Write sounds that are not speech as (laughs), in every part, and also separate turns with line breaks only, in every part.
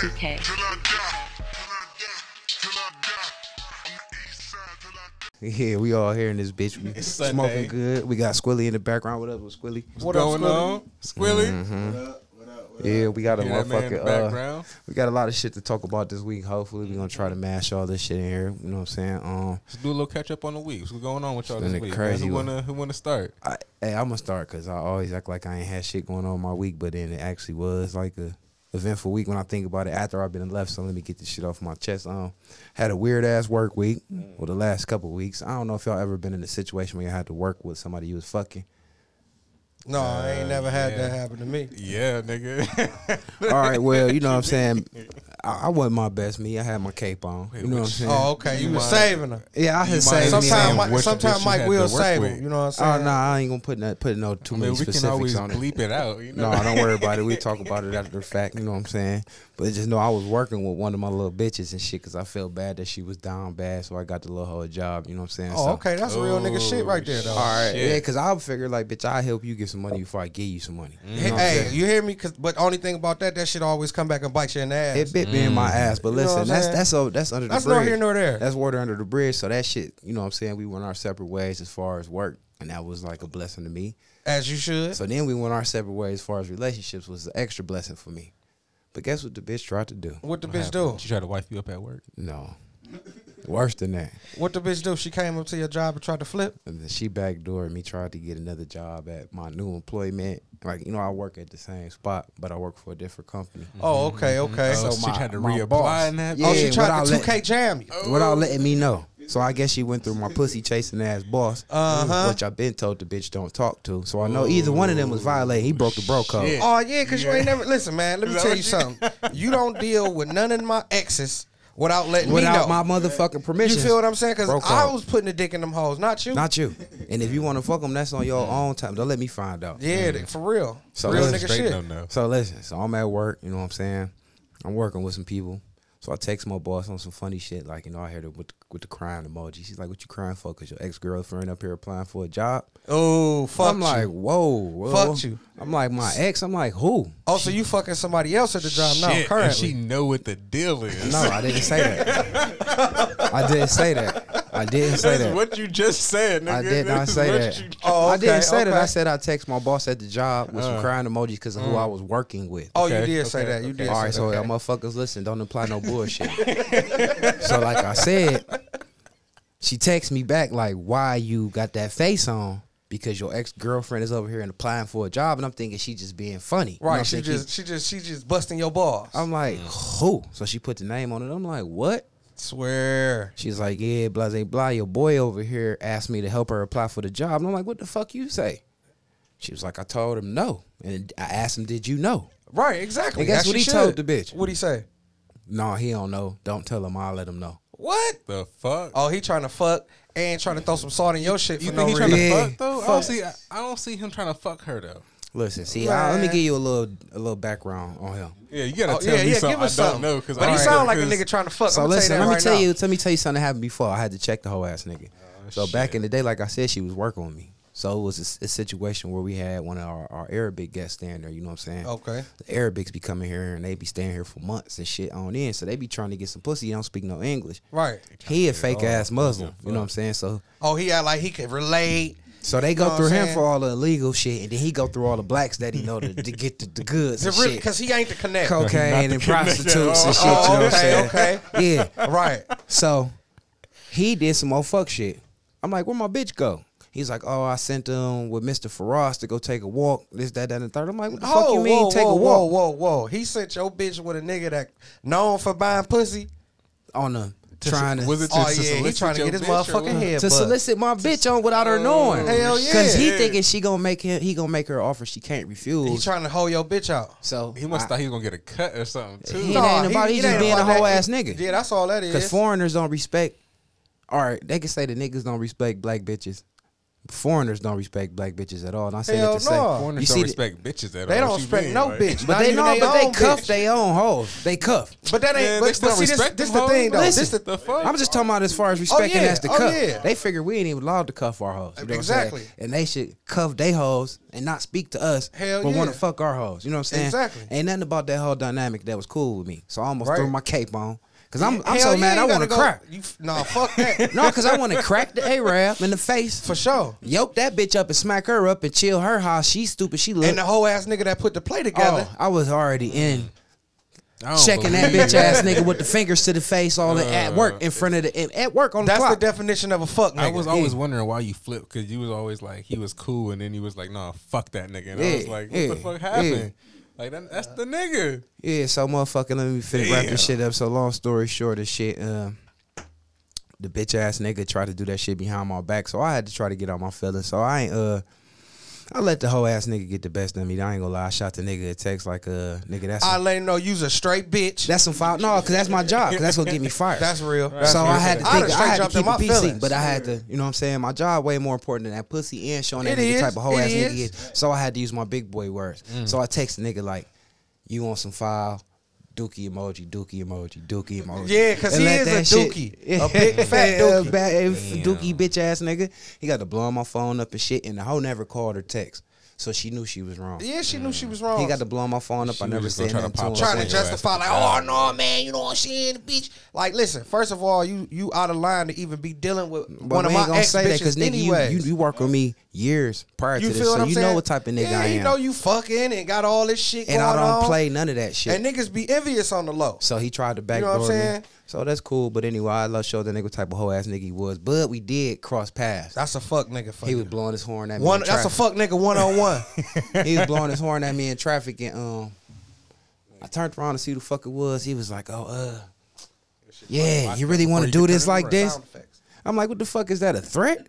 (laughs) Yeah, we all here in this bitch. We
It's
smoking
Sunday.
good. We got Squilly in the background. What up with Squilly?
What
going
Squilly?
on, Squilly?
Mm-hmm. Yeah, we got a
Hear that man in the
motherfucking uh,
background.
we got a lot of shit to talk about this week. Hopefully we're gonna try to mash all this shit in here. You know what I'm saying? Um
Let's do a little catch up on the week. What's going on with y'all
Been
this
a
week?
crazy
man? Who
one.
wanna who wanna start?
I, hey, I'm gonna start because I always act like I ain't had shit going on my week, but then it actually was like a eventful week when I think about it. After I've been left, so let me get this shit off my chest. Um, had a weird ass work week, or the last couple weeks. I don't know if y'all ever been in a situation where you had to work with somebody you was fucking.
No, I ain't never had
yeah.
that happen to me.
(laughs)
Yeah, nigga.
All right, well, you know what I'm
(laughs)
saying. I, I wasn't my best me. I had my cape on. You know what I'm saying.
Oh, okay. You,
You
was
might-
saving her.
yeah, I
you
had
might
saved
as well
me.
saying
Sometimes Mike,
what you- what
sometime
you
Mike
had to
will
work
save
with.
him. You know what
Oh
I'm
no,
saying?
I ain't gonna put no put no too
I
many
mean, we
specifics
can always
on it.
bleep it out. You know?
No,
(laughs)
don't worry about it. We talk about it after the fact. You know what I'm saying? But just know I was working with one of my little bitches and shit because I felt bad that she was down bad, so I got the little hoe a job. You know what I'm saying?
Oh,
So-
okay. That's real nigga shit right there,
Oh,
though.
All right.
shit.
Yeah, because I figured like, bitch, I help you get some money before I give you some money. You know what I'm
Mm-hmm. Hey,
saying?
you hear me? 'Cause- but only thing about that, that shit always come back and bite you in the ass.
It bit me in my ass, but
You know what
listen,
I'm
that's
saying?
that's a, that's under
That's
the bridge.
nor here nor there.
That's water under the bridge. So that shit, you know what I'm saying? We went our separate ways as far as work, and that was like a blessing to me.
as you should.
So then we went our separate ways as far as relationships was an extra blessing for me. But guess what the bitch tried to do?
what the bitch do?
She tried to wife you up at work.
No. Worse than that.
What the bitch do? She came up to your job and tried to flip.
And then she backdoored me, tried to get another job at my new employment. Like, you know, I work at the same spot, but I work for a different company.
Oh, okay, okay.
Oh,
So,
she
my-
tried to
my
reapply
boss-
and that.
Yeah,
oh, she tried
without
to
let-
2K jam you.
Without letting me know. So I guess she went through my pussy chasing ass boss,
Uh-huh.
which I've been told the bitch don't talk to. So I know either one of them was violating. He broke the bro code.
shit.
Oh yeah, because you ain't never listen, man. Let me
Is that
tell
what
you
you-
something. You don't deal with none of my exes without letting
Without
me know.
my motherfucking permission.
you feel what I'm saying? Because
Bro
I
code.
was putting the dick in them hoes, not you.
Not you. And if you want to fuck them, that's on your own time. Don't let me find out.
yeah, th- for real.
So
real
listen,
nigga
Straight
shit.
no no.
So listen, so I'm at work, you know what I'm saying? I'm working with some people. So I text my boss on some funny shit, like, you know, I heard it with the, with the crying emoji. She's like, what you crying for? Because your ex-girlfriend up here applying for a job?
Oh fuck
I'm
you.
like, whoa, whoa.
Fucked you.
I'm like, my ex? I'm like, who?
oh, so you fucking somebody else at the job
Shit,
now?
and
Currently,
she know what the deal is.
No, I didn't say that. I didn't say that. I didn't say
That's
that.
(laughs) what you just said, nigga.
I did not
That's
say
what
that.
you just-
Oh,
I
okay,
didn't say that.
okay. Uh.
I said I text my boss at the job with some crying emojis because of who I was working with.
Mm. oh, you
Okay,
did say
okay,
that. You did.
All right,
say
so y'all
that.
motherfuckers, listen, don't imply no bullshit. so, like I said, she texts me back like, "Why you got that face on?" Because your ex girlfriend is over here and applying for a job, and I'm thinking she just being funny. You know,
right,
I'm
she
thinking-
just, Mm. she just, she just busting your balls. I
I'm like, who? So she put the name on it. I'm like, what?
swear.
She's like, yeah, blah, blah, blah. Your boy over here asked me to help her apply for the job. And I'm like, what the fuck you say? She was like, I told him no. And I asked him, did you know?
Right, exactly.
And guess
As
what
she
he
should.
told the bitch?
What he say?
No, he don't know. Don't tell him. I'll let him know.
What?
(laughs) The fuck?
Oh, he trying to fuck and trying to throw some salt in your shit
you
for
think
no
he
reason.
trying to
Yeah.
fuck though? I don't see. I, I don't see him trying to fuck her though.
Listen, see, I, let me
Man.
give you a little a little background on him.
Yeah, you gotta
Oh,
tell
yeah,
me
yeah,
something.
give us
I don't
something.
know because
but
I
he
don't
sound
know,
like a
'cause-
nigga trying to fuck.
So
I'm gonna
listen,
tell
let
you that
me
right
tell
now. Oh,
you, let me tell you something that happened before. I had to check the whole ass nigga. so back
shit.
in the day, like I said, she was working with me. So it was a s- a, situation where we had one of our, our Arabic guests stand there. You know what I'm saying?
Okay.
The Arabics be coming here and they be staying here for months and shit on end. So they be trying to get some pussy. They don't speak no English.
Right.
He a fake ass Muslim. You know what I'm saying? So
Oh, he act like he could relate.
so they go
Know what
through
I'm
him
saying?
for all the illegal shit, and then he go through all the blacks that he know to, to get the, the goods and shit.
Because he ain't (laughs) the connect.
cocaine and prostitutes and shit.
Oh,
you know what I'm saying?
okay,
Yeah.
(laughs) Right.
So he did some old fuck shit. I'm like, where my bitch go? He's like, oh, I sent him with Mr. Faraz to go take a walk. This, that, that, and the third. I'm like, what the fuck you mean
whoa,
take
whoa,
a walk
Whoa, whoa, whoa. He sent your bitch with a nigga that known for buying pussy.
on a trying to
was it
Oh,
to
yeah, he
solicit
trying to
your
get
bitch
his
or
motherfucking
what?
head
to Oh,
butt.
solicit my bitch on without her knowing?
Hell yeah.
Cause he
Yeah.
thinking she gonna make him. He gonna make her offer she can't
He
refuse.
trying to hold your bitch out.
so
He must
I,
thought he was gonna get a cut or something too.
He
Nah,
ain't about- he
it
just
ain't
being
about
a hoe
that.
ass nigga.
Yeah, that's all that is.
Because foreigners don't respect. All right, they can say the niggas don't respect black bitches. Foreigners don't respect black bitches at all. And I say
Hell
that to say,
no.
Foreigners
you
don't
see, the-
respect bitches at all.
They
What
don't
you
respect
mean,
no
like-
bitch.
but
Not
they
even
know,
they
but they
own
cuff
bitch.
their own hoes. They cuff.
But that ain't.
Man,
but,
they still
but see, this,
respect
this
them
the thing
hoes.
though.
Listen,
This the
The fuck?
I'm just talking about as far as respecting
yeah.
as the
Oh,
cuff.
yeah.
They figure we ain't even allowed to cuff our hoes. You know what I'm saying?
Exactly.
And they should cuff they hoes and not speak to us,
Hell
but
yeah.
want to fuck our hoes. You know what I'm saying?
Exactly.
Ain't nothing about that whole dynamic that was cool with me. So I almost
Right.
threw my cape on. Cause I'm I'm so mad I want to crack.
You, f- nah, fuck that.
(laughs) No, cause I want to crack the Arab in the face.
For sure.
Yoke that bitch up and smack her up and chill her how she stupid she look.
And the whole ass nigga that put the play together.
oh, I was already in
I
Oh,
don't
checking that
believe
bitch
it.
ass nigga with the fingers to the face all the, at work in front of the in- at work on the
Uh, That's the
clock.
definition of a fuck nigga.
I was always wondering why you flipped because you was always like he was cool and then he was like, "Nah, fuck that nigga." And I was
Yeah,
like, "What
yeah,
the fuck happened?" Like that, that's the nigga.
Yeah, so motherfucking let me finish wrap
Damn.
this shit up. So long story short of shit, um, the bitch ass nigga tried to do that shit behind my back, so I had to try to get on my feelings. So I ain't uh I let the whole ass nigga get the best of me. I ain't gonna lie, I shot the nigga a text like uh nigga that's
I let him know you's a straight bitch.
that's some foul no, cause that's my job, cause that's gonna
(laughs)
get me fired.
That's real. That's
so
real.
I had to
I'd have
think I
straight
had to
dropped in
keep
my
it PC,
feelings.
but I had to, you know what I'm saying? My job way more important than that pussy and showing that
It
nigga
is.
type of whole
It
ass nigga
is. Mm.
is. So I had to use my big boy words. So I text the nigga like, "You want some file?" Dookie emoji, Dookie emoji, Dookie emoji.
Yeah, 'cause
And
he
let
is a
that shit-
dookie.
(laughs)
A big fat
Yeah, a
dookie.
bad- a dookie bitch ass nigga. He got to blow on my phone up and shit, and the hoe never called or text, so she knew she was wrong.
yeah, she knew she was wrong.
He got to blow on my phone up.
She
I
was
never
just gonna
said
try to
nothing to
pop
him.
up
trying to
on your ass.
justify like, oh no, man, you know what she in the bitch. Like, listen, first of all, you you out of line to even be dealing with
But
one of
we ain't
my
gonna
ex
say that
bitches
because nigga, you-
anyway.
you, you work with me years prior to this,
feel what
so
I'm
you
saying?
know what type of nigga
yeah,
I am,
You know you fucking and got all this shit
and
going
I don't
on.
play none of that shit.
And niggas be envious on the low.
so he tried to
know
backdoor
what I'm
me.
saying?
So that's cool. But anyway, I love show the nigga type of whole ass nigga he was. But we did cross paths.
That's a fuck nigga. Fuck
He was blowing his horn at me.
one.
in
That's a fuck nigga one
(laughs)
on one.
traffic.
(laughs)
he was blowing his horn at me in traffic, and um, I turned around to see who the fuck it was. He was like, "Oh, uh, yeah, you really want to do this like this?" I'm like, "What the fuck is that? A threat?"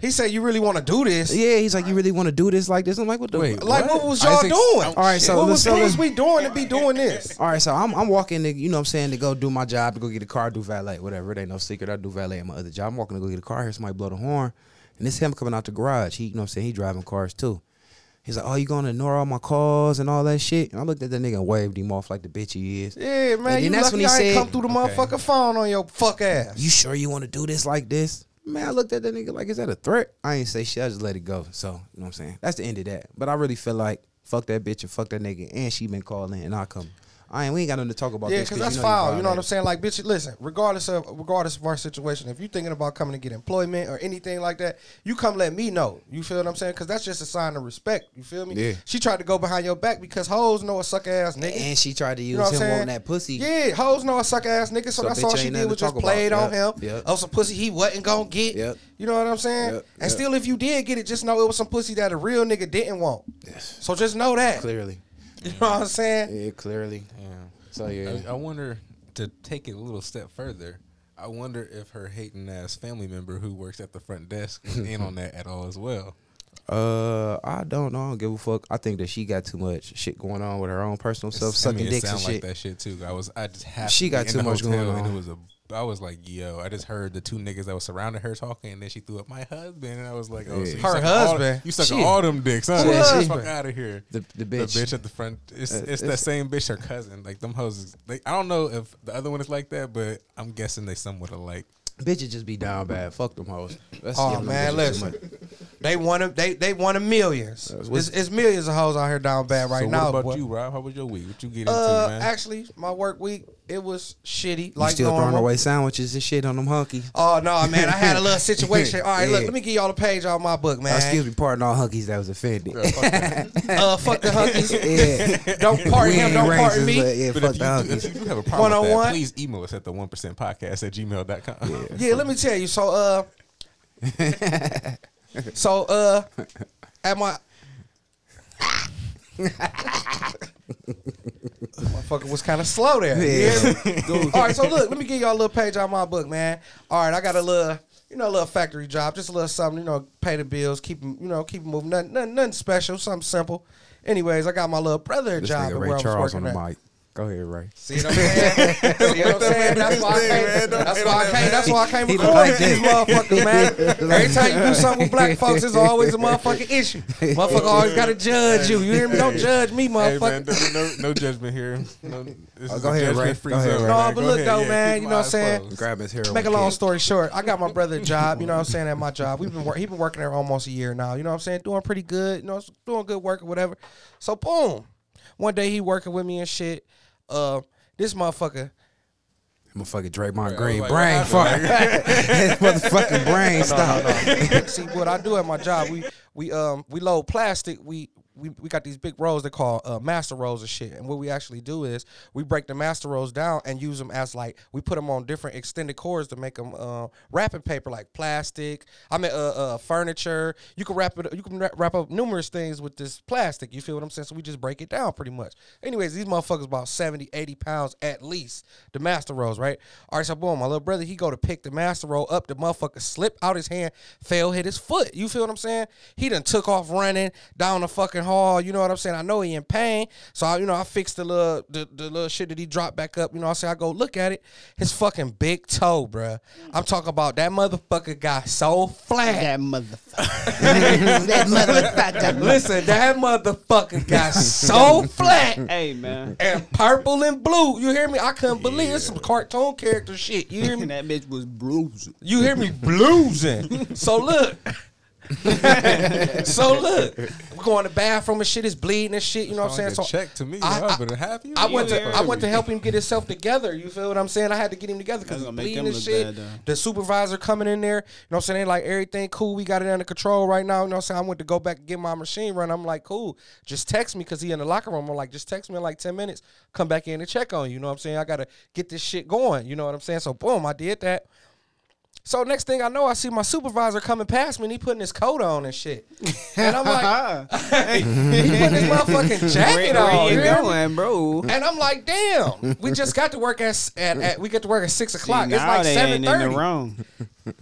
He said, "You really want to do this?
Yeah, he's like, "You really want to do this like this?" I'm like, "What the
Wait,
Like, what,
What?
was y'all
Isaac-
doing?
Oh,
All right, so
what
let's-
was,
so
what
let's-
was we doing to be doing this?
All right, so I'm I'm walking to you know what I'm saying to go do my job to go get a car, do valet, whatever. It ain't no secret. I do valet at my other job. I'm walking to go get a car. Here somebody blow the horn, and it's him coming out the garage. He you know what I'm saying he driving cars too. He's like, oh, you gonna ignore all my calls and all that shit? And I looked at that nigga and waved him off like the bitch he is.
Yeah, man.
And
You
then that's
lucky
when he
I ain't
said-
come through the
Okay.
motherfucking phone on your fuck ass.
You sure you want to do this like this? Man, I looked at that nigga like, is that a threat? I ain't say shit. I just let it go. So you know what I'm saying. That's the end of that. But I really feel like fuck that bitch and fuck that nigga, and she been calling and I come. I ain't. We ain't got nothing to talk about.
Yeah,
this
because that's
you know you
foul. You know what
violated.
I'm saying? Like, bitch, listen. Regardless of regardless of our situation, if you thinking about coming to get employment or anything like that, you come let me know. You feel what I'm saying? Because that's just a sign of respect. You feel me?
Yeah.
She tried to go behind your back because hoes know a sucker ass nigga.
And she tried to use
you know what I'm
him
saying?
wanting that pussy.
Yeah, hoes know a sucker ass nigga,
So
so, that's
bitch
all
ain't
she
nothing
did was
to
just
talk
played
about.
on
Yep,
him.
yep.
Oh, some pussy he wasn't gonna get.
Yep.
You know what I'm saying?
Yep, yep.
And still, if you did get it, just know it was some pussy that a real nigga didn't want. So just know that.
Clearly.
(laughs) You know what I'm saying?
Yeah, clearly. So yeah.
Uh,
I, I wonder to take it a little step further. I wonder if her hating ass family member who works at the front desk is
(laughs)
in on that at all as well.
Uh, I don't know. I don't give a fuck. I think that she got too much shit going on with her own personal self,
I mean,
sucking
it
dicks and
sound like
shit.
that shit too. I was I just happened
She
to
got
be in
too
the
much
hotel
going
And
on.
it was a I was like, yo, I just heard the two niggas that was surrounding her talking, and then she threw up my husband, and I was like, oh, so you
Her
sucking all-
husband?
you sucking
Shit.
all them dicks, huh?
Who
Get the
husband?
fuck out of here.
The, the
The
bitch.
bitch at the front, it's
Uh,
it's that
it's-
same bitch, her cousin. Like them hoes, is- like I don't know if the other one is like that, but I'm guessing they somewhat alike.
Bitches just be down bad. Fuck them hoes. That's
Oh man, listen. They want them. They they want them millions. It's, it's millions of hoes out here down bad right
so
now.
what about
boy.
you, Rob? How was your week? What you get into,
Uh,
(laughs)
man?
actually, my work week it was shitty.
Like
Like
still
normal.
throwing away sandwiches and shit on them hunkies.
Oh no, man! I had
(laughs)
a little situation. All right, look,
Yeah.
let me give y'all a page out my book, man.
Uh, excuse me, pardon all hunkies that was offended.
Yeah, fuck that.
Uh, fuck the
(laughs)
hunkies. (laughs)
yeah.
Don't pardon
We
him.
ain't
Don't
racist,
pardon me.
but yeah,
but
fuck
if
the
you, do, if
hunkies.
you do have a problem with that,
One-on-one?
please email us at the one percent podcast at gmail.com. Yeah.
Yeah, let me tell you. So, uh,
(laughs)
so uh, at my motherfucker was kind of slow there.
Yeah.
Yeah. All right, so look, let me give y'all a little page out my book, man. All right, I got a little, you know, a little factory job, just a little something, you know, pay the bills, keep 'em, you know, keep 'em moving, nothing, nothing, nothing special, something simple. Anyways, I got my little brother
This nigga
job at
Ray
where I was
Charles on
working
the
at.
mic. Go ahead, Ray.
See what
(laughs)
I'm saying? See what I'm saying? That's why I can't. That's why I can't. That's why I can't
He look
record
like
these
(laughs)
motherfuckers, man. Every time you do something with black folks, it's always a motherfucking issue. Motherfucker always gotta judge you. You hear me? Don't judge me,
Hey man,
motherfucker.
no, no, no judgment here. No, this is
go
a
ahead, Ray.
judgment free
Go ahead,
zone.
Ray.
No,
man.
but
Go
look
ahead.
though,
Yeah,
man,
keep
you
my
know what
eyes
I'm saying?
closed.
Grab his hair.
Make a long story short, I got my brother a job. You know what I'm saying? At my job, we've been wor- he been working there almost a year now. You know what I'm saying? Doing pretty good. You know, doing good work or whatever. So boom, one day he working with me and shit. Uh, this motherfucker
motherfucking Draymond
Right,
Green
like,
brain
what
fart. His
(laughs)
motherfucking brain
No,
stop.
no, no. (laughs) See what I do at my job. We we um we load plastic. We we, we got these big rolls they call uh, master rolls and shit. And what we actually do is we break the master rolls down and use them as like we put them on different extended cords to make them uh, wrapping paper like plastic. I mean uh, uh, furniture. You can wrap it. You can wrap- wrap up numerous things with this plastic. You feel what I'm saying? So we just break it down pretty much. Anyways, these motherfuckers about 70, 80 pounds at least. The master rolls, right? All right, so boom, my little brother, he go to pick the master roll up. The motherfucker slipped out his hand, fell, hit his foot. You feel what I'm saying? He done took off running down the fucking hall. You know what I'm saying? I know he in pain. So I, you know, I fixed the little the, the little shit that he dropped back up. You know, I say I go look at it. His fucking big toe, bruh. I'm talking about that motherfucker got so flat. (laughs)
That motherfucker. that motherfucker.
Listen, that motherfucker got so flat
Hey, man.
and purple and blue. You hear me? I couldn't believe it's some cartoon character shit. You hear me?
And (laughs) that bitch was bruising.
You hear me bluesing. So look. so look, we go in the bathroom and shit is bleeding and shit. You know what I'm saying?
Like
So
a check to me,
I-
I,
I-
but half you.
I went to
Yeah.
I went to help him get himself together. You feel what I'm saying? I had to get him together because
That's
he's
gonna make
bleeding and
them look
shit.
bad, though.
the supervisor coming in there, you know what I'm saying? They like everything cool. We got it under control right now. You know what I'm saying? I went to go back and get my machine run. I'm like, cool. Just text me because he in the locker room. I'm like, just text me in like 10 minutes. Come back in and check on you. You know what I'm saying? I gotta get this shit going. You know what I'm saying? So boom, I did that. So next thing I know, I see my supervisor coming past me and he putting his coat on and shit. And I'm like, (laughs)
(laughs)
he putting his motherfucking jacket on. you hear me?
bro?
And I'm like, damn, we just got to work at, at, at we get to work at six o'clock.
See,
it's
now
like
they ain't
seven
in
thirty.
the wrong.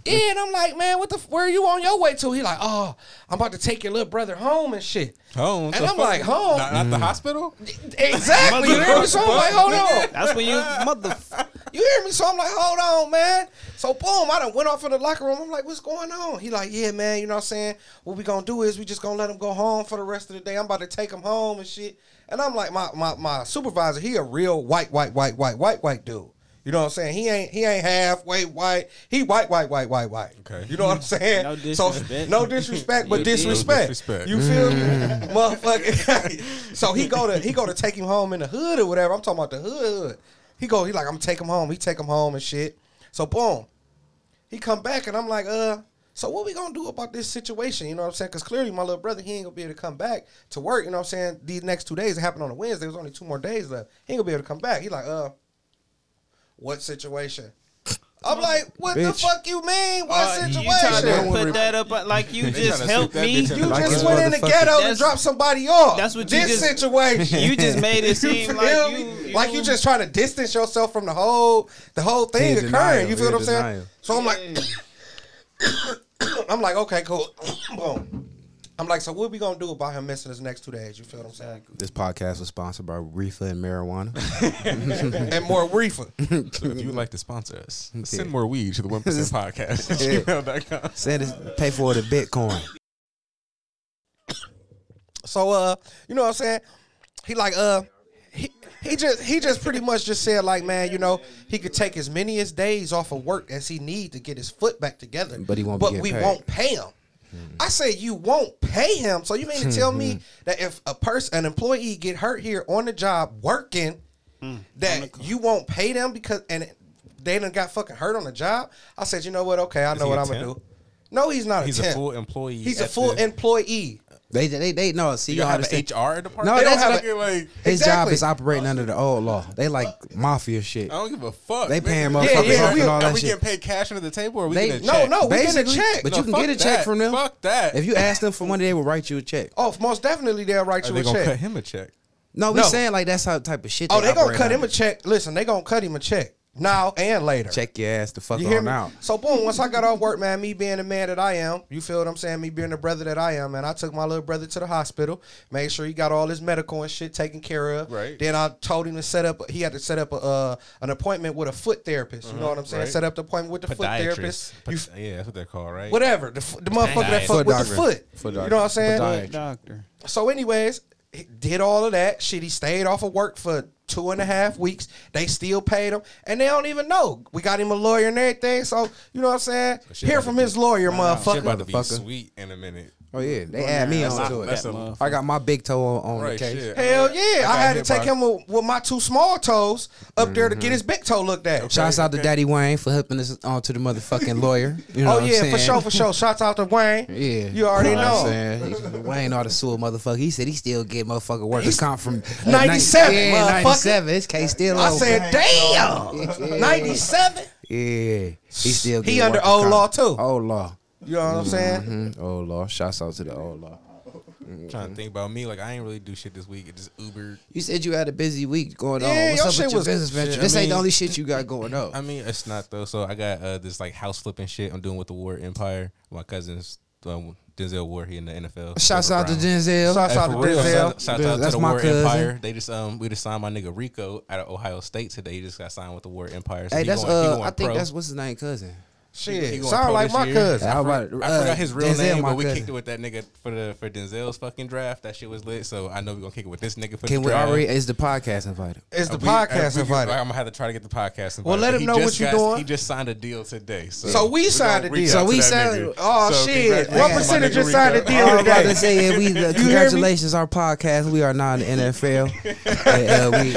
Yeah, and I'm like, man, what the? f- Where are you on your way to? He like, oh, I'm about to take your little brother home and shit.
home, what
And
the
I'm
fuck?
like, home?
not, not the hospital.
Exactly. You hear me? So I'm like, hold on.
That's when you motherfucker.
You hear me? So I'm like, hold on, man. So boom, I done went off in the locker room. I'm like, what's going on? He like, yeah, man, you know what I'm saying? What we gonna do is we just gonna let him go home for the rest of the day. I'm about to take him home and shit. And I'm like, my my, my supervisor, he a real white, white, white, white, white, white dude. You know what I'm saying? He ain't he ain't halfway white. He white, white, white, white, white.
Okay.
You know what I'm saying?
No
So
disrespect.
no disrespect, but
You did.
disrespect.
No disrespect.
You feel me? (laughs) Motherfucker. (laughs) so he go to he go to take him home in the hood or whatever. I'm talking about the hood. hood. He go, he like, I'm gonna take him home. He take him home and shit. So boom. He come back and I'm like, uh, so what we gonna do about this situation? You know what I'm saying? Cause clearly my little brother, he ain't gonna be able to come back to work. You know what I'm saying? These next two days it happened on a Wednesday. There's only two more days left. He ain't gonna be able to come back. He like, uh, what situation? I'm like, what the
Bitch.
fuck you mean? What situation?
Uh, You trying
That
to
one
put
rep-
that up uh, like you
They
just
tryna
helped
stick that
me.
bitch in
You
the
Like
just
this
went in the
motherfucker.
ghetto and
That's-
dropped somebody off.
that's what you
this
just-
situation.
You just
(laughs)
made it seem
feel
like
me?
(laughs) you,
like you just trying to distance yourself from the whole the whole thing
In
occurring.
denial,
you feel
in
what I'm saying?
denial.
So I'm like, (coughs) I'm like, okay, cool. Boom. I'm like, so what we gonna do about him missing his next two days? You feel what I'm saying?
This podcast was sponsored by Reefer and Marijuana.
and more reefer.
So if you would like to sponsor us, send more weed to the One Percent Podcast at
Yeah.
gmail.com.
Said it's pay for the Bitcoin.
So uh, you know what I'm saying? He like uh he he just he just pretty much just said like man, you know, he could take as many as days off of work as he need to get his foot back together.
But he won't be
But
getting
we
paid.
won't pay him. I say you won't pay him. So you mean to
(laughs)
tell me that if a person an employee get hurt here on the job working
Mm.
that you won't pay them because and they done got fucking hurt on the job? I said, you know what? Okay, I know
he
what
a
I'm gonna
temp?
do. No, he's not
He's
a
a
temp.
full employee.
he's a
at
full
the-
employee.
They they they no. See
You
you
don't have
understand.
an HR department.
No,
they don't
that's
have
what-
a, like.
His job
Exactly.
is operating under the old law. They like mafia shit.
I don't give a fuck.
They
nigga.
paying
Yeah,
motherfuckers
yeah,
off
we-
and all
Are
that
we
shit.
getting paid cash under the table, or are we
They-
getting a
No,
check?
no, we getting a
Basically,
check.
But
No,
you can get
fuck
a check
that.
from them.
Fuck that.
If you ask them for money, they will write you a check.
Oh, most definitely they'll write
are
you
they
a
gonna
check.
cut him a check?
No, we
No.
saying like that's how type of shit.
Oh, they gonna
operate
cut him
under.
a check. Listen, they gonna cut him a check now and later.
Check your ass the fuck
You hear
on
me?
out.
So boom, once I got off work, man, me being the man that I am, you feel what I'm saying? Me being the brother that I am, man, I took my little brother to the hospital, made sure he got all his medical and shit taken care of.
Right.
Then I told him to set up. He had to set up a, uh, an appointment with a foot therapist. You know what I'm saying?
right.
Set up the appointment with the foot therapist.
Podiatrist.
You,
Pod- yeah, that's what they're called, right?
whatever the, f- the motherfucker that
Podiatrist.
fuck with the
Podiatrist.
foot.
Foot
You know
doctor.
what I'm saying?
Podiatrist.
doctor.
So, anyways, he did all of that shit. He stayed off of work for two and a half weeks. They still paid him, and they don't even know. We got him a lawyer and everything, so you know what I'm saying.
shit
Hear
about
from
to
his lawyer,
Shit
motherfucker.
about to be
Motherfucker.
sweet in a minute.
Oh yeah, they add me
That's
on
a-
to
that's
it.
a-
motherfucker.
I got my big toe on, on
Right,
the case.
shit.
Hell yeah! I,
got
had to
hit
take
by-
him with, with my two small toes up there to get his big toe looked at.
Shouts out to
Okay.
Daddy Wayne for helping us on to the
(laughs)
motherfucking lawyer. You know
Oh
what I'm
yeah, for
saying?
sure, for sure. Shouts out to Wayne.
Yeah,
you already
what I'm
know.
saying? He- Wayne ought to sue a motherfucker. He said he still get motherfucker workers comp from uh,
97,
Yeah,
motherfucker.
97. His case still
I
open.
said,
Yeah.
damn, ninety seven.
yeah, he still
He
get
under
workers'
old
comp.
law, too.
Old law,
You know what I'm saying?
Mhm, old law. Shouts out to the old law.
Trying to think about me, like I ain't really do shit this week. It just Uber.
You said you had a busy week going on.
Yeah,
What's
your
up
shit
with your
was-
business venture?
shit, I
this ain't the
mean-
only shit you got going up.
I mean, it's not though. So I got uh, this like house flipping shit I'm doing with the Ward Empire. My cousin's um, Denzel Ward. He in the NFL.
Shouts out to
Denzel.
Denzel.
Shouts
Hey,
out to
for real.
Denzel.
Shout out to
That's
the
my
War
cousin.
Empire. They just um we just signed my nigga Rico out of Ohio State today. He just got signed with the War Empire. So
hey,
he
that's
going- he
uh,
going
I think
pro.
that's what's his name, cousin.
he
Shit,
going
sound
pro
like
this
my
year.
cousin.
How about-
I
uh,
forgot his real
Denzel,
name,
my
but we
cousin.
kicked it with that nigga for the for Denzel's fucking draft. That shit was lit. So I know we are gonna kick it with this nigga for
Can
the
we
draft.
already? Is the podcast invited?
It's the
Uh, we- uh,
podcast
we-
invited.
I'm gonna have to try to get the podcast invited.
Well, let
but
him
he
know
just
what you
got-
doing.
He just signed a deal today. So,
So we
we
signed
gonna
a
reach
deal.
out
So
to
we
that
signed-
nigga.
Oh
So
shit!
congratulations
What
to my
percentage
nigga
just signed a
Rico.
I
deal
was about
today?
to say, yeah, we, uh, congratulations, our podcast. We are not in the NFL. and, uh, we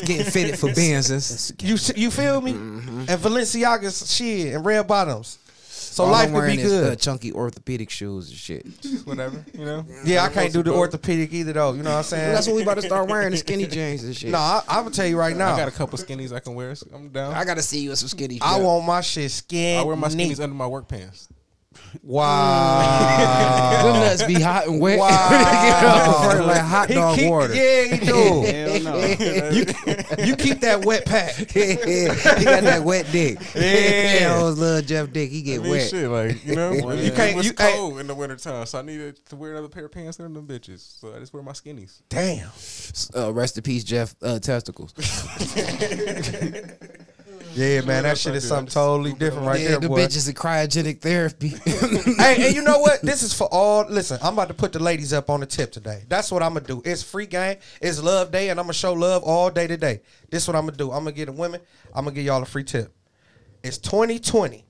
getting fitted for Benzes.
You s- you feel me? And Balenciaga's shit and red bottoms. So
All
life
I'm
would be
wearing is, uh,
good.
chunky orthopedic shoes and shit.
(laughs) Whatever, you know.
Yeah, I can't do the orthopedic either though. You know what I'm saying?
That's what we about to start wearing, the (laughs) skinny jeans and shit.
No, I, I'm gonna tell you right
I got
now.
a couple skinnies I can wear. So I'm down.
I got to see you in some skinny
I
jeans.
want my shit skinny.
I wear my skinnies under my work pants.
Wow.
(laughs) Them nuts be hot and wet. (laughs)
Wow.
Get off the front like hot
He
dog
keep-
water. (laughs)
Yeah, he do.
Hell no.
you keep that (laughs) wet
(laughs)
pack.
he got that wet (laughs) dick.
Yeah.
old little Jeff Dick, he get
I mean,
wet.
shit, like
(laughs)
you know,
You
you
can't-
can't. It was
you- hey.
cold in the wintertime, so I needed to wear another pair of pants than them bitches. So I just wear my skinnies.
Damn.
Uh, rest in peace, Jeff uh, testicles.
Yeah, man, that
that's
shit
what
is
I do.
something
I just
totally different right
yeah,
there,
the
boy.
bitches in cryogenic therapy.
hey, and you know what? This is for all. Listen, I'm about to put the ladies up on the tip today. That's what I'm gonna do. It's free game. It's love day, and I'm gonna show love all day today. This what I'm gonna do. I'm gonna get the women. I'm gonna give y'all a free tip. It's 2020.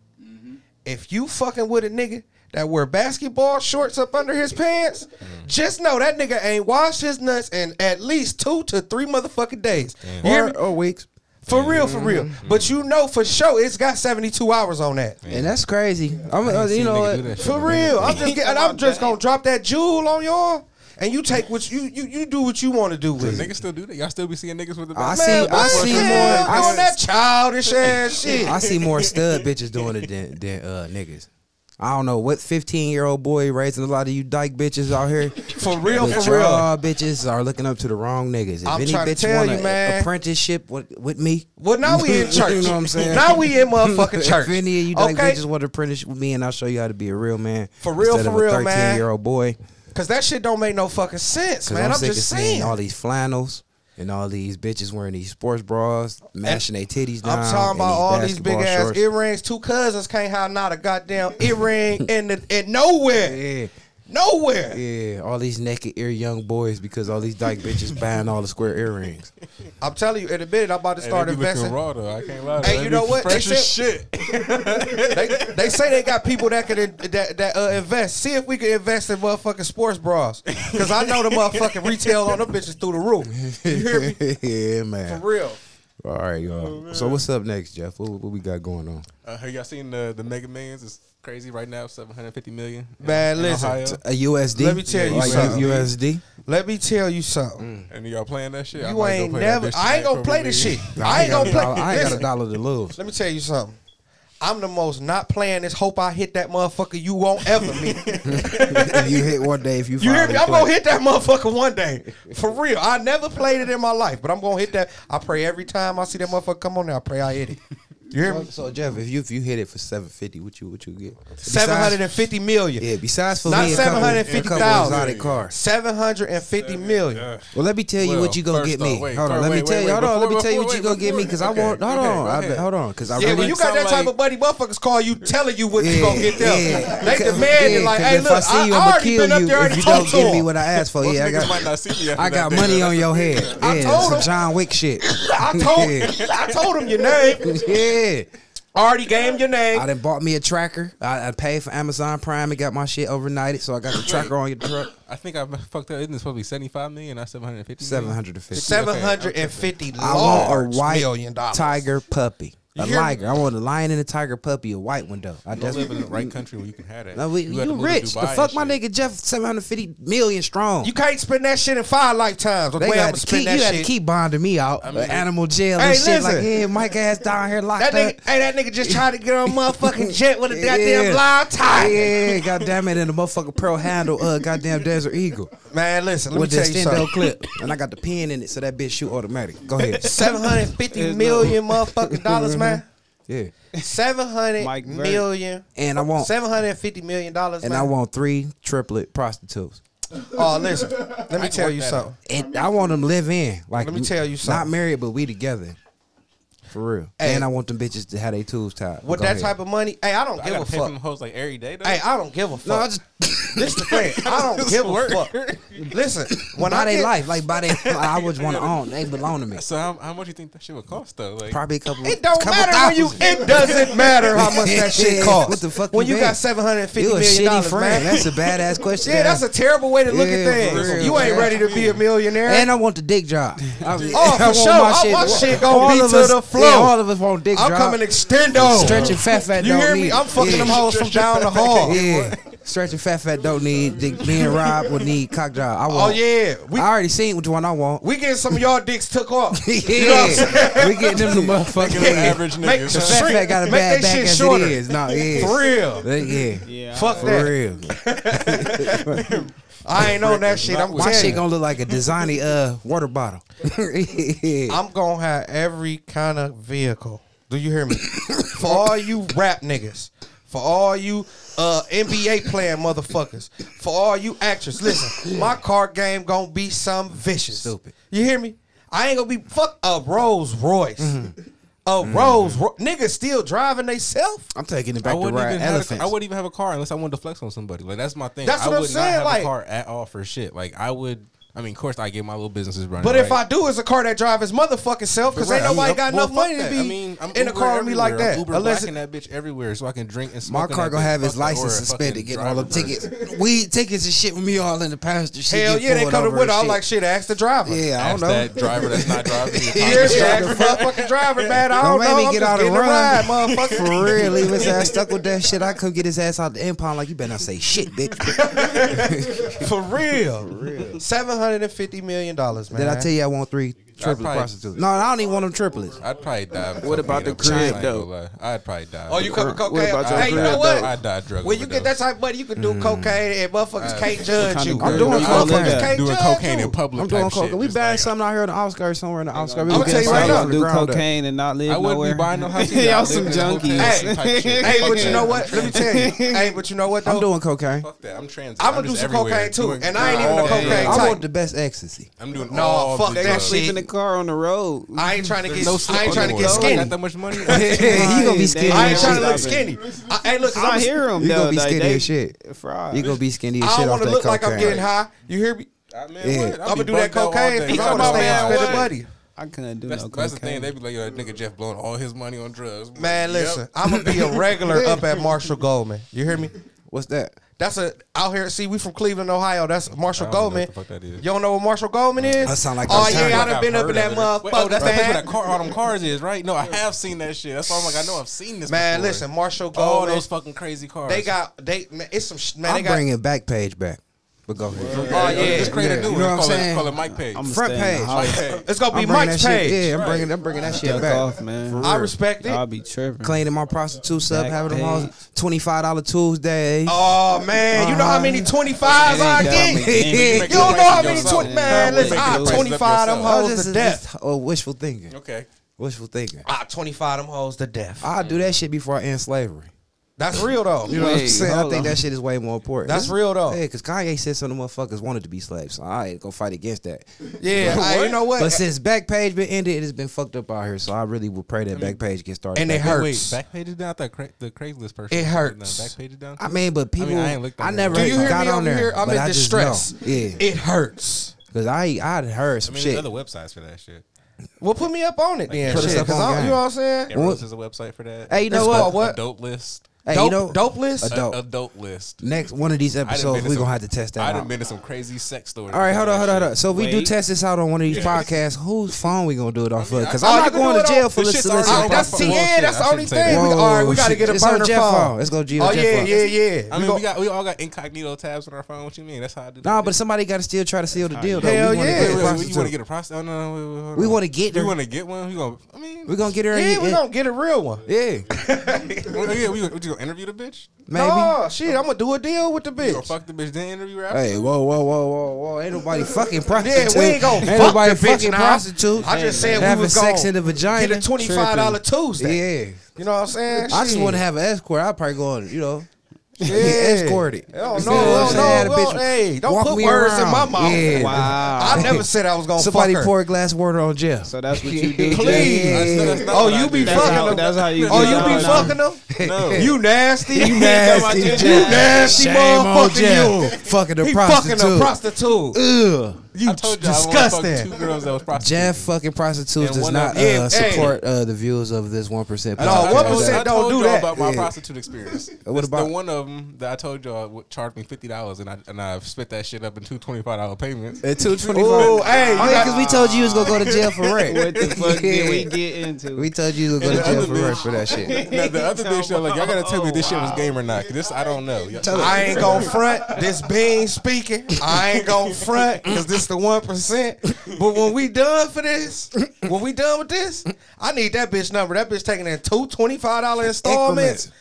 If you fucking with a nigga that wear basketball shorts up under his pants, just know that nigga ain't washed his nuts in at least two to three motherfucking days. You hear me?
or, or weeks.
For real, for real. But you know for sure it's got 72 hours on that.
(laughs) And that's crazy. I'm, uh, you know what?
For real,
(laughs)
I'm just getting, I'm just gonna drop that jewel on y'all, and you take what you you you do what you want to do with it.
(laughs) Niggas still do that. Y'all still be seeing niggas with the.
I
back-
see-
Man,
I
what
see
the
more-
hell
I
doing
see-
that childish ass
(laughs)
shit.
I see more stud bitches doing it than, than uh, niggas. I don't know what 15 year old boy raising a lot of you dyke bitches out here.
For real,
But
for real.
y'all bitches are looking up to the wrong niggas. If
I'm
any
trying to
bitch
tell
want
you, man.
an apprenticeship with, with me,
Well, now we in
(laughs)
church.
You know what I'm saying?
Now
(laughs)
we in motherfucking church.
If any of you dyke
okay,
bitches want to apprentice with me, and I'll show you how to be a real man.
For real,
instead
for real,
of a 13
man.
year old boy.
because that shit don't make no fucking sense,
Cause
man. I'm,
I'm, sick
just
of
saying.
seeing all these flannels and all these bitches wearing these sports bras, mashing their titties down.
I'm talking
and
about all these big
basketball
ass
shorts.
earrings. Two cousins can't have not a goddamn
(laughs)
earring in the in nowhere, nowhere.
Yeah, yeah. All these naked ear young boys because all these dyke bitches buying all the square earrings.
I'm telling you, in a minute I'm about to
Hey, they
start
be looking
investing.
raw though. I can't lie. They
Hey, you
be
know what? They
Fresh as
said-
shit.
they, they say they got people that could in- that, that uh, invest. See if we can invest in motherfucking sports bras, because I know the motherfucking retail on them bitches through the roof. (laughs) You hear me?
yeah,
For
man.
real. Oh,
All right, y'all. so what's up next, Jeff? What, what we got going on?
Uh, have y'all seen the the Mega Millions? It's crazy right now. Seven hundred fifty million. in-
Man,
in
listen.
Ohio.
A USD.
Let me tell you
Like
something.
U- USD.
Let me tell you something.
And y'all playing that shit? I
You
might go
ain't
play that
never.
bitch
I
tonight,
ain't gonna play
probably. (laughs)
this shit. I ain't gonna play.
I ain't got
listen,
a dollar to
(laughs)
lose.
Let me tell you something. I'm the most not playing this. Hope I hit that motherfucker. You won't ever me.
if you hit one day, if you
You hear me?
finally
I'm
play.
gonna hit that motherfucker one day. For real. I never played it in my life, but I'm gonna hit that. I pray every time I see that motherfucker come on there, I pray I hit it. You hear me?
So Jeff, if you if you hit it for seven fifty, what you what you get?
Seven hundred and fifty million.
Besides- Yeah, besides for
Not
me, a couple-
750,000.
a couple exotic cars.
Seven hundred and fifty million.
Well, let me tell you
Well,
what you gonna
first
get
off,
me.
wait,
hold on,
first-
let me
wait,
tell
wait,
you. Hold
wait,
on, let me
before-
tell you
wait,
what you gonna
before-
get me because
okay,
I want. Hold
okay,
on,
go
I,
ahead.
be- hold on, because I
Yeah,
really
when you got that type of buddy, motherfuckers call you telling you what you gonna get them. They
Because-
demanding
yeah,
like,
'cause
hey,
if
look, I,
see you,
I
I'ma
already
kill
been up
you
there
if
already
you
talked
don't
to
give me
him.
what I asked for. Oh, Yeah, I
niggas
got
might not see me after
I
that
got
day.
money on your head.
I
Yeah,
told
some
him.
John Wick shit.
(laughs) I told,
Yeah.
I told him your name.
(laughs) Yeah,
Already gave him your name.
I done bought me a tracker. I, I paid for Amazon Prime and got my shit overnighted, so I got the tracker on your truck.
I think I (laughs) fucked up. Isn't it supposed to be seventy five million or seven hundred fifty?
Seven hundred and fifty.
Seven hundred and fifty
I want
large
a white
million dollars.
tiger puppy. A
hear me?
liger. I want a lion and a tiger puppy. A white one though. I
You don't
just
live in the
(laughs)
right country where you can have that.
no, we, you,
had to move to
rich. The
Dubai
fuck,
and
my
shit.
nigga Jeff, seven hundred fifty million strong.
You can't spend that shit in five lifetimes. The
they
way
got
I'm gonna
to
spend
keep.
that
You had
shit.
to keep bonding me out.
mean,
Uh, animal jail
Hey,
and shit. Like,
listen.
yeah, Mike ass down here locked
that
up.
nigga, hey, that nigga just tried to get on motherfucking jet with a
(laughs) Yeah.
goddamn live tiger.
Yeah, goddamn it, and the motherfucking pearl handle, uh, goddamn Desert Eagle
Man, listen, let
with
me
the
tell you something.
extendo clip, and I got the pin in it, so that bitch shoot automatic. Go ahead.
(laughs) Seven hundred fifty million motherfucking dollars, man.
Yeah,
Seven hundred
Mike Vert.
million.
and I want,
Seven hundred fifty million dollars.
Oh. and
man.
I want three triplet prostitutes.
Oh, listen. Let me tell you
that
something.
And I want them to live in. Like,
Let me tell you
Not
something.
married, but we together. For real.
Hey.
and I want them bitches to have their tools tied.
With
Go
that
ahead.
type of money, hey, I don't
I
give
gotta
a
pay
fuck.
them hoes like every day. Though.
Hey, I don't give a fuck.
no, I just (laughs)
this the thing. I don't give a
Work.
fuck. Listen, when
by
I
their
get,
life, like by
(laughs)
their, I would want to own. They belong to me.
so how, how much you think that shit would cost though? Like
Probably a couple.
it (laughs) don't
couple
matter when you.
thousand.
It doesn't matter how much
(laughs)
that shit
Yeah,
costs.
what the fuck
When
you
you got
bet?
seven hundred fifty
you a
million
shitty
dollars, man.
friend. That's a badass question.
(laughs) yeah, that's a terrible way to look
Yeah,
at
for
things.
real,
you ain't
man.
ready to be a millionaire.
And I want the dick
(laughs)
job. I,
Oh, for
want
sure. I want shit gonna
all
be
of
to
us-
the floor.
Yeah, all of us want dick
I'm
job.
coming
(laughs)
extendo. (laughs)
Stretching fat fat.
You
don't
hear me?
need
I'm
it. (laughs)
fucking
yeah.
them hoes from down the hall.
Yeah, (laughs) stretching fat fat don't need. Dick. Me and Rob would need cock job. I
Oh
want.
yeah, we
I already seen which one I want.
we getting some of y'all dicks took off.
(laughs) yeah, we getting
(laughs)
them the motherfucking
Regular average
Make
niggas.
the
Fat
shrink-
fat got a
make
bad
that
back
shit
as
shorter.
it is. No, yeah,
For real.
They- yeah,
Yeah.
Fuck
for
that.
real.
I ain't on that shit. I'm
My
telling
shit
you.
gonna look like a designy uh water bottle. (laughs) yeah.
I'm gonna have every kind of vehicle. Do
(coughs)
you hear me? for all you rap niggas, for all you uh, NBA playing motherfuckers, for all you actors. Listen, my card game gonna be some vicious.
Stupid.
You hear me? I ain't gonna be fuck a Rolls Royce.
Mm-hmm.
A Rolls Royce. Niggas still driving they self?
I'm taking it
I
back to
wouldn't,
ride
even have a,
elephants.
I wouldn't even have a car unless I wanted to flex on somebody. Like that's my thing.
That's
I
what I'm
would
saying,
not have
like-
a car at all for shit. Like I would. I mean, of course, I get my little businesses running.
But if
right?
I do, it's a car that drives his motherfucking self because ain't
Right.
nobody
Well,
got
Well,
enough
fuck
money to
that.
be
I mean, I'm
in the
Uber
car with me like
everywhere.
that.
I'm Uber
Unless
blacking that bitch everywhere so I can drink and smoke.
My
in
car
that
gonna
bitch.
have his
Fuck that,
license
or a
suspended,
fucking
getting all them
driver
tickets,
versus-
weed tickets and shit with me all in the passenger seat.
hell
get
yeah, they
pulled
come
over
with.
and
I'm
shit.
like shit. Ask the driver.
Yeah, I
Ask
don't know.
that driver that's not driving. the
Yeah,
autonomous
yeah,
driver.
the motherfucking driver, man. I
Don't
don't,
make
know.
me
I'm
get
just
out of
getting a
run. (laughs)
ride, motherfucker.
For real, leave his ass stuck with that shit. I come get his ass out the impound like you better not say shit, bitch.
For real. Seven hundred and fifty million dollars, man.
Did I tell you I want three triplet
probably-
prostitutes? No, I don't even want them triplets.
I'd probably die. of
What about
cocaine
the
overdose.
crib,
I ain't
though?
gonna lie. I'd probably die. of
Oh, you
cocaine.
cover
What
cocaine.
about your
Hey, you
crib,
know
though?
what?
I'd die of drug
When you get that
overdose.
type of money, you can do cocaine and motherfuckers can't judge
kinda
you.
I'm
doing
I
Doing
was
cocaine.
looking
cocaine.
at doing
Judge
cocaine
you.
in public.
I'm doing
type
cocaine.
Shit.
We
It's
buying
like,
something out here in the outskirts somewhere in the outskirts.
I'ma
We
tell you right now.
outside from the
do
ground up.
cocaine and not live
I wouldn't
nowhere.
be
(laughs)
buying no house.
Y'all some junkies.
Hey, but you know what? Let me tell you. Hey, but you know what
I'm
though?
doing cocaine.
Fuck that. I'm trans.
I'ma
I'm
do
just
some
everywhere.
cocaine, too,
Doing
and I ain't
all
even a
day.
cocaine
I
type.
want the best ecstasy.
I'm doing
No,
all
fuck
the
that
drugs.
shit.
(laughs) Sleep in the car on the road.
I ain't trying to get.
No
I
sleep
ain't
on
trying
the
to get
road. I got
skinny.
that much money.
you gonna be
Damn.
skinny.
I ain't
as
trying to
shit.
look
Stop
skinny. I, hey, look, 'cause
I
I'm a-
hear them.
You
though,
gonna be
like,
skinny
they
as shit.
Fried.
You gonna be skinny as
I
shit
don't
off
want to
that
look
cocaine.
like I'm getting high. You hear me? I'm gonna do that cocaine because I want to stay
man,
off the
what?
buddy.
I couldn't do
That's,
no
that's the thing.
cocaine.
They be like, yo, that nigga Jeff blowing all his money on drugs.
Man,
Yep.
listen, I'm gonna be a regular up
(laughs)
at Marshall Goldman. You hear me?
What's that?
That's a out here. See, we from Cleveland, Ohio. That's Marshall
I don't know
Goldman.
what the fuck that is.
You don't know what Marshall Goldman is?
That sound like
oh
I'm telling
yeah, I
you,
done been
I've
up
heard
in that
of it.
motherfucker.
Wait, Oh, that's the place where
man.
that car, all them cars is, right? No, I have seen that shit. That's why I'm like, I know I've seen this.
Man,
before.
listen, Marshall
all
Goldman.
those fucking crazy cars.
they got they. Man, it's some sh- man.
I'm
they got
bringing back page back. But go ahead.
Oh, yeah.
just create
Yeah,
a new
you
one.
know what I'm
Call it-
saying?
Call it Mike Page.
I'ma
front
stay in
page.
the house.
Mike Page.
it's gonna Oh, be
I'm bringing
Mike's
that shit-
page.
Yeah, I'm bringing. I'm bringing that shit
Duck
back.
off, man.
For
I
real.
respect
I'll
it.
be tripping.
Cleaning my prostitutes up,
Back
having them
page.
all twenty five dollar Tuesdays.
Oh man, you know how many
Uh-huh.
twenty fives I
It ain't
get?
that many.
You
You don't know how many
Yourself.
twenty man.
Nah,
Listen,
make
I
your wages up
twenty five them
yourself.
Oh,
hoes
this
to
is
death.
just oh, wishful thinking.
Okay.
Wishful thinking.
Ah, 25 them hoes to death.
I do that shit before I end slavery.
That's real though.
You know what I'm
Wait,
saying? I
hold
think
on.
that shit is way more important.
That's real though.
Yeah, because Kanye said some of the motherfuckers wanted to be slaves, so I ain't gonna fight against that.
(laughs)
Yeah, I- you know what?
But since Backpage been ended, it has been fucked up out here. So I really would pray that Backpage gets started.
And
back
it
up.
hurts.
Wait, back is down. I thought cra- the Craigslist person.
It hurts.
Back page it down.
I mean, but people, I,
I ain't looked on there.
never
Do you hear
got
me
on
over
there.
here? I'm
but
in
I just
distress.
know. Yeah,
It hurts.
because I I would heard
I
some
mean,
shit.
there's other websites for that shit.
Well, put me up on it then.
put us
shit,
up on
'cause I-
game.
you know what I'm saying?
Eros is a website for that.
Hey, you know
It's
what?
called what?
Adult list.
Hey,
dope,
you know,
dope list.
Adult.
A- adult list.
next one of these
I done
episodes
been
we
some-
gonna have to test
I
that
done
out.
been to some crazy sex stories.
All right, hold on, hold on, hold on. So if we do
Wait.
test this out on one of these podcasts. Whose phone we gonna do it off of? Because
I-
I'm
oh,
not
you can
going
do
to
it
jail
on-
for
the shit's
listening to
already
this
Oh,
podcast.
on
that's
Well,
see, yeah,
shit,
that's
I
the only
shouldn't say
thing. We,
Whoa,
all right, we got to
shit.
get a
It's on
burner
Jeff
phone.
It's gonna G
Oh
on Jeff
yeah,
phone.
yeah, yeah.
I
We
mean,
gon-
we got we all got incognito tabs on our phone. What you mean? That's how I do.
No, but somebody got to still try to seal the deal. Though.
Hell
we wanna
yeah.
get the
Wait, wait, wait, you
prostitute.
want to get a prostitute? Oh, no, no, wait, wait, hold
We
on.
wanna get
We
her.
want to get one. We gonna. I mean,
We're gonna get her.
yeah,
in,
we
in-
gonna get a real one.
yeah,
well, yeah, we, we gonna interview the bitch.
maybe.
No, shit, I'm gonna do a deal with the
You gonna
(laughs)
bitch.
fuck the bitch then interview her. after?
Hey, whoa, whoa, whoa, whoa, whoa! Ain't
(laughs)
nobody fucking prostitute.
Yeah, we ain't gonna
Ain't
fuck
nobody
the bitch
fucking
now.
prostitute.
I just said we
having
was
sex
gonna
in the vagina.
Get a twenty five dollar Tuesday.
Yeah,
You know what I'm saying?
I just
Shit.
want to have an escort. I'll probably go on, you know,
Yeah.
get escorted.
Oh
You
no,
know what I'm
no,
saying? Had a
no,
bitch
no! Hey, don't
walk
put
me
words in my
around.
mouth.
Yeah.
Wow.
I never said I was gonna
Somebody
fuck her.
pour a glass of water on Jeff.
So that's what you do.
Yeah.
Please. Oh, you be
That's
fucking
how-
them.
that's how you
Oh,
do
you
it.
be
No, no.
fucking them.
No.
You
(laughs)
nasty. (laughs)
You nasty,
You
Jeff.
nasty
Shame on
motherfucker.
Jeff.
You.
Fucking the
He
prostitute.
fucking a prostitute. Uh,
Ugh.
You
I told you I only
disgusting.
fucked two girls that was prostitutes.
Jeff fucking prostitutes
And
does
one
not
of-
uh,
Yeah, hey.
support uh, the views of this one percent.
No,
I told-
1%
I
don't
told
do
y'all
that.
about my
Yeah.
prostitute experience.
(laughs) What
It's
about-
the one of them that I told y'all would charge me fifty dollars, and I and I spit that shit up in two twenty five dollar payments.
At two twenty
Ooh,
five.
hey, you
Oh,
got-
because we told you you was gonna go to jail for rape.
(laughs) What the
(laughs)
fuck
Yeah.
did we get into?
We told you you was gonna go to
And the
jail
other
for
bitch-
rape for that
(laughs)
shit.
Now, the other bitch, y'all like, y'all gotta tell me this shit was game or not. 'cause This Oh, I don't know. Y'all-
I ain't gonna front this being speaking. I ain't gonna front because this the one percent. But when we done for this, when we done with this, I need that bitch number. That bitch taking in two twenty five dollar installments.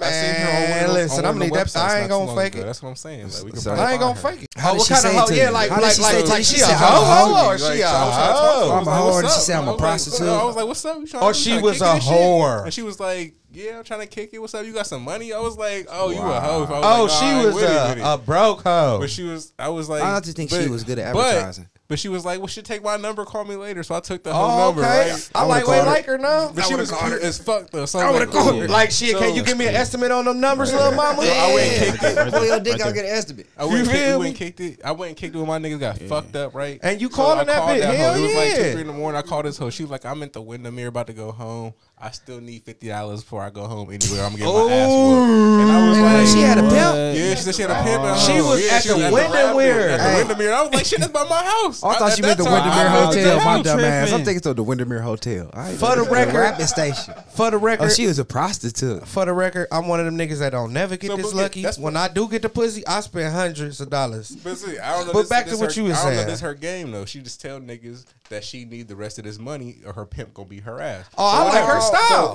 I seen her on one of
Man,
the-
listen,
on
I'm
one of
need
the
that.
websites
I
not
ain't
too
gonna
long
fake
ago.
it.
That's what I'm saying. Like, we can
So-
probably
I ain't gonna
find her.
fake it.
How
oh,
did
what
she
kind of
say
hoe?
to
Yeah,
you?
like,
How did
like,
she
like,
say to
like
you?
she,
She
a
said,
hoe,
"How old
hoe,
are
or
you?"
she
Like,
a
so I was trying to talk to her.
hoe?
I'm a
I was
whore,
like,
and
"What's
she said,
up?"
"I'm a
I was like,
prostitute."
I was like, "What's up?" You trying-
Or
you
she
trying to
was
kick it
a
and shit?
whore.
And she was like, "Yeah, I'm trying to kick it. What's up? You got some money?" I was like, "Oh, you a
Wow.
hoe?" I was like,
Oh,
"All right,
she was
with it, with it."
a, a broke hoe.
But she was, I was like,
I like to think she was good at
but-
advertising.
But, she was like, well, she take my number, call me later. So I took the whole
Oh,
number,
okay.
right?
I,
I
like
would've
wait
called her.
like her now.
But she was cute as fuck though. So
I would
like,
have called her.
cool.
Like, shit, can you give me an estimate on them numbers, little mama?
So I went
(laughs)
and kicked it.
Pull your dick out, get an estimate.
I went, and
You
kicked,
feel
we went and kicked it. I went and kicked it when my niggas got fucked up, right?
And you
So
calling
I
that
called
bitch?
hoe.
Hell
It was like
yeah.
two, three in the morning. I called this hoe. She was like, I'm at the window mirror about to go home. I still need fifty dollars before I go home anywhere. I'm getting my ass
Oh,
whooped. And I was
Man,
like,
she had a pimp.
Yeah, she said she had a pimp. at
She
home.
was
Yeah,
at the
was
window mirror.
At the
Hey.
Windermere. I was like, shit, that's by my house.
Oh, I thought
at
you meant
that
the
time, I
Windermere
was at the
Hotel, my
house.
dumb ass. I'm
tripping.
thinking it's the Windermere Hotel. I ain't
For the
know it's a
record-
rapping station.
For the record,
Oh, she was a prostitute.
for the record, I'm one of them niggas that don't never get
So,
this
but
lucky.
that's-
When I do get the pussy, I spend hundreds of dollars.
But see, I don't know.
But
this,
back to
this
what
her,
you was
I don't know
saying.
this her game though. She just tell niggas that she need the rest of this money or her pimp gonna be her ass.
Oh, I
So
like her
I-
style.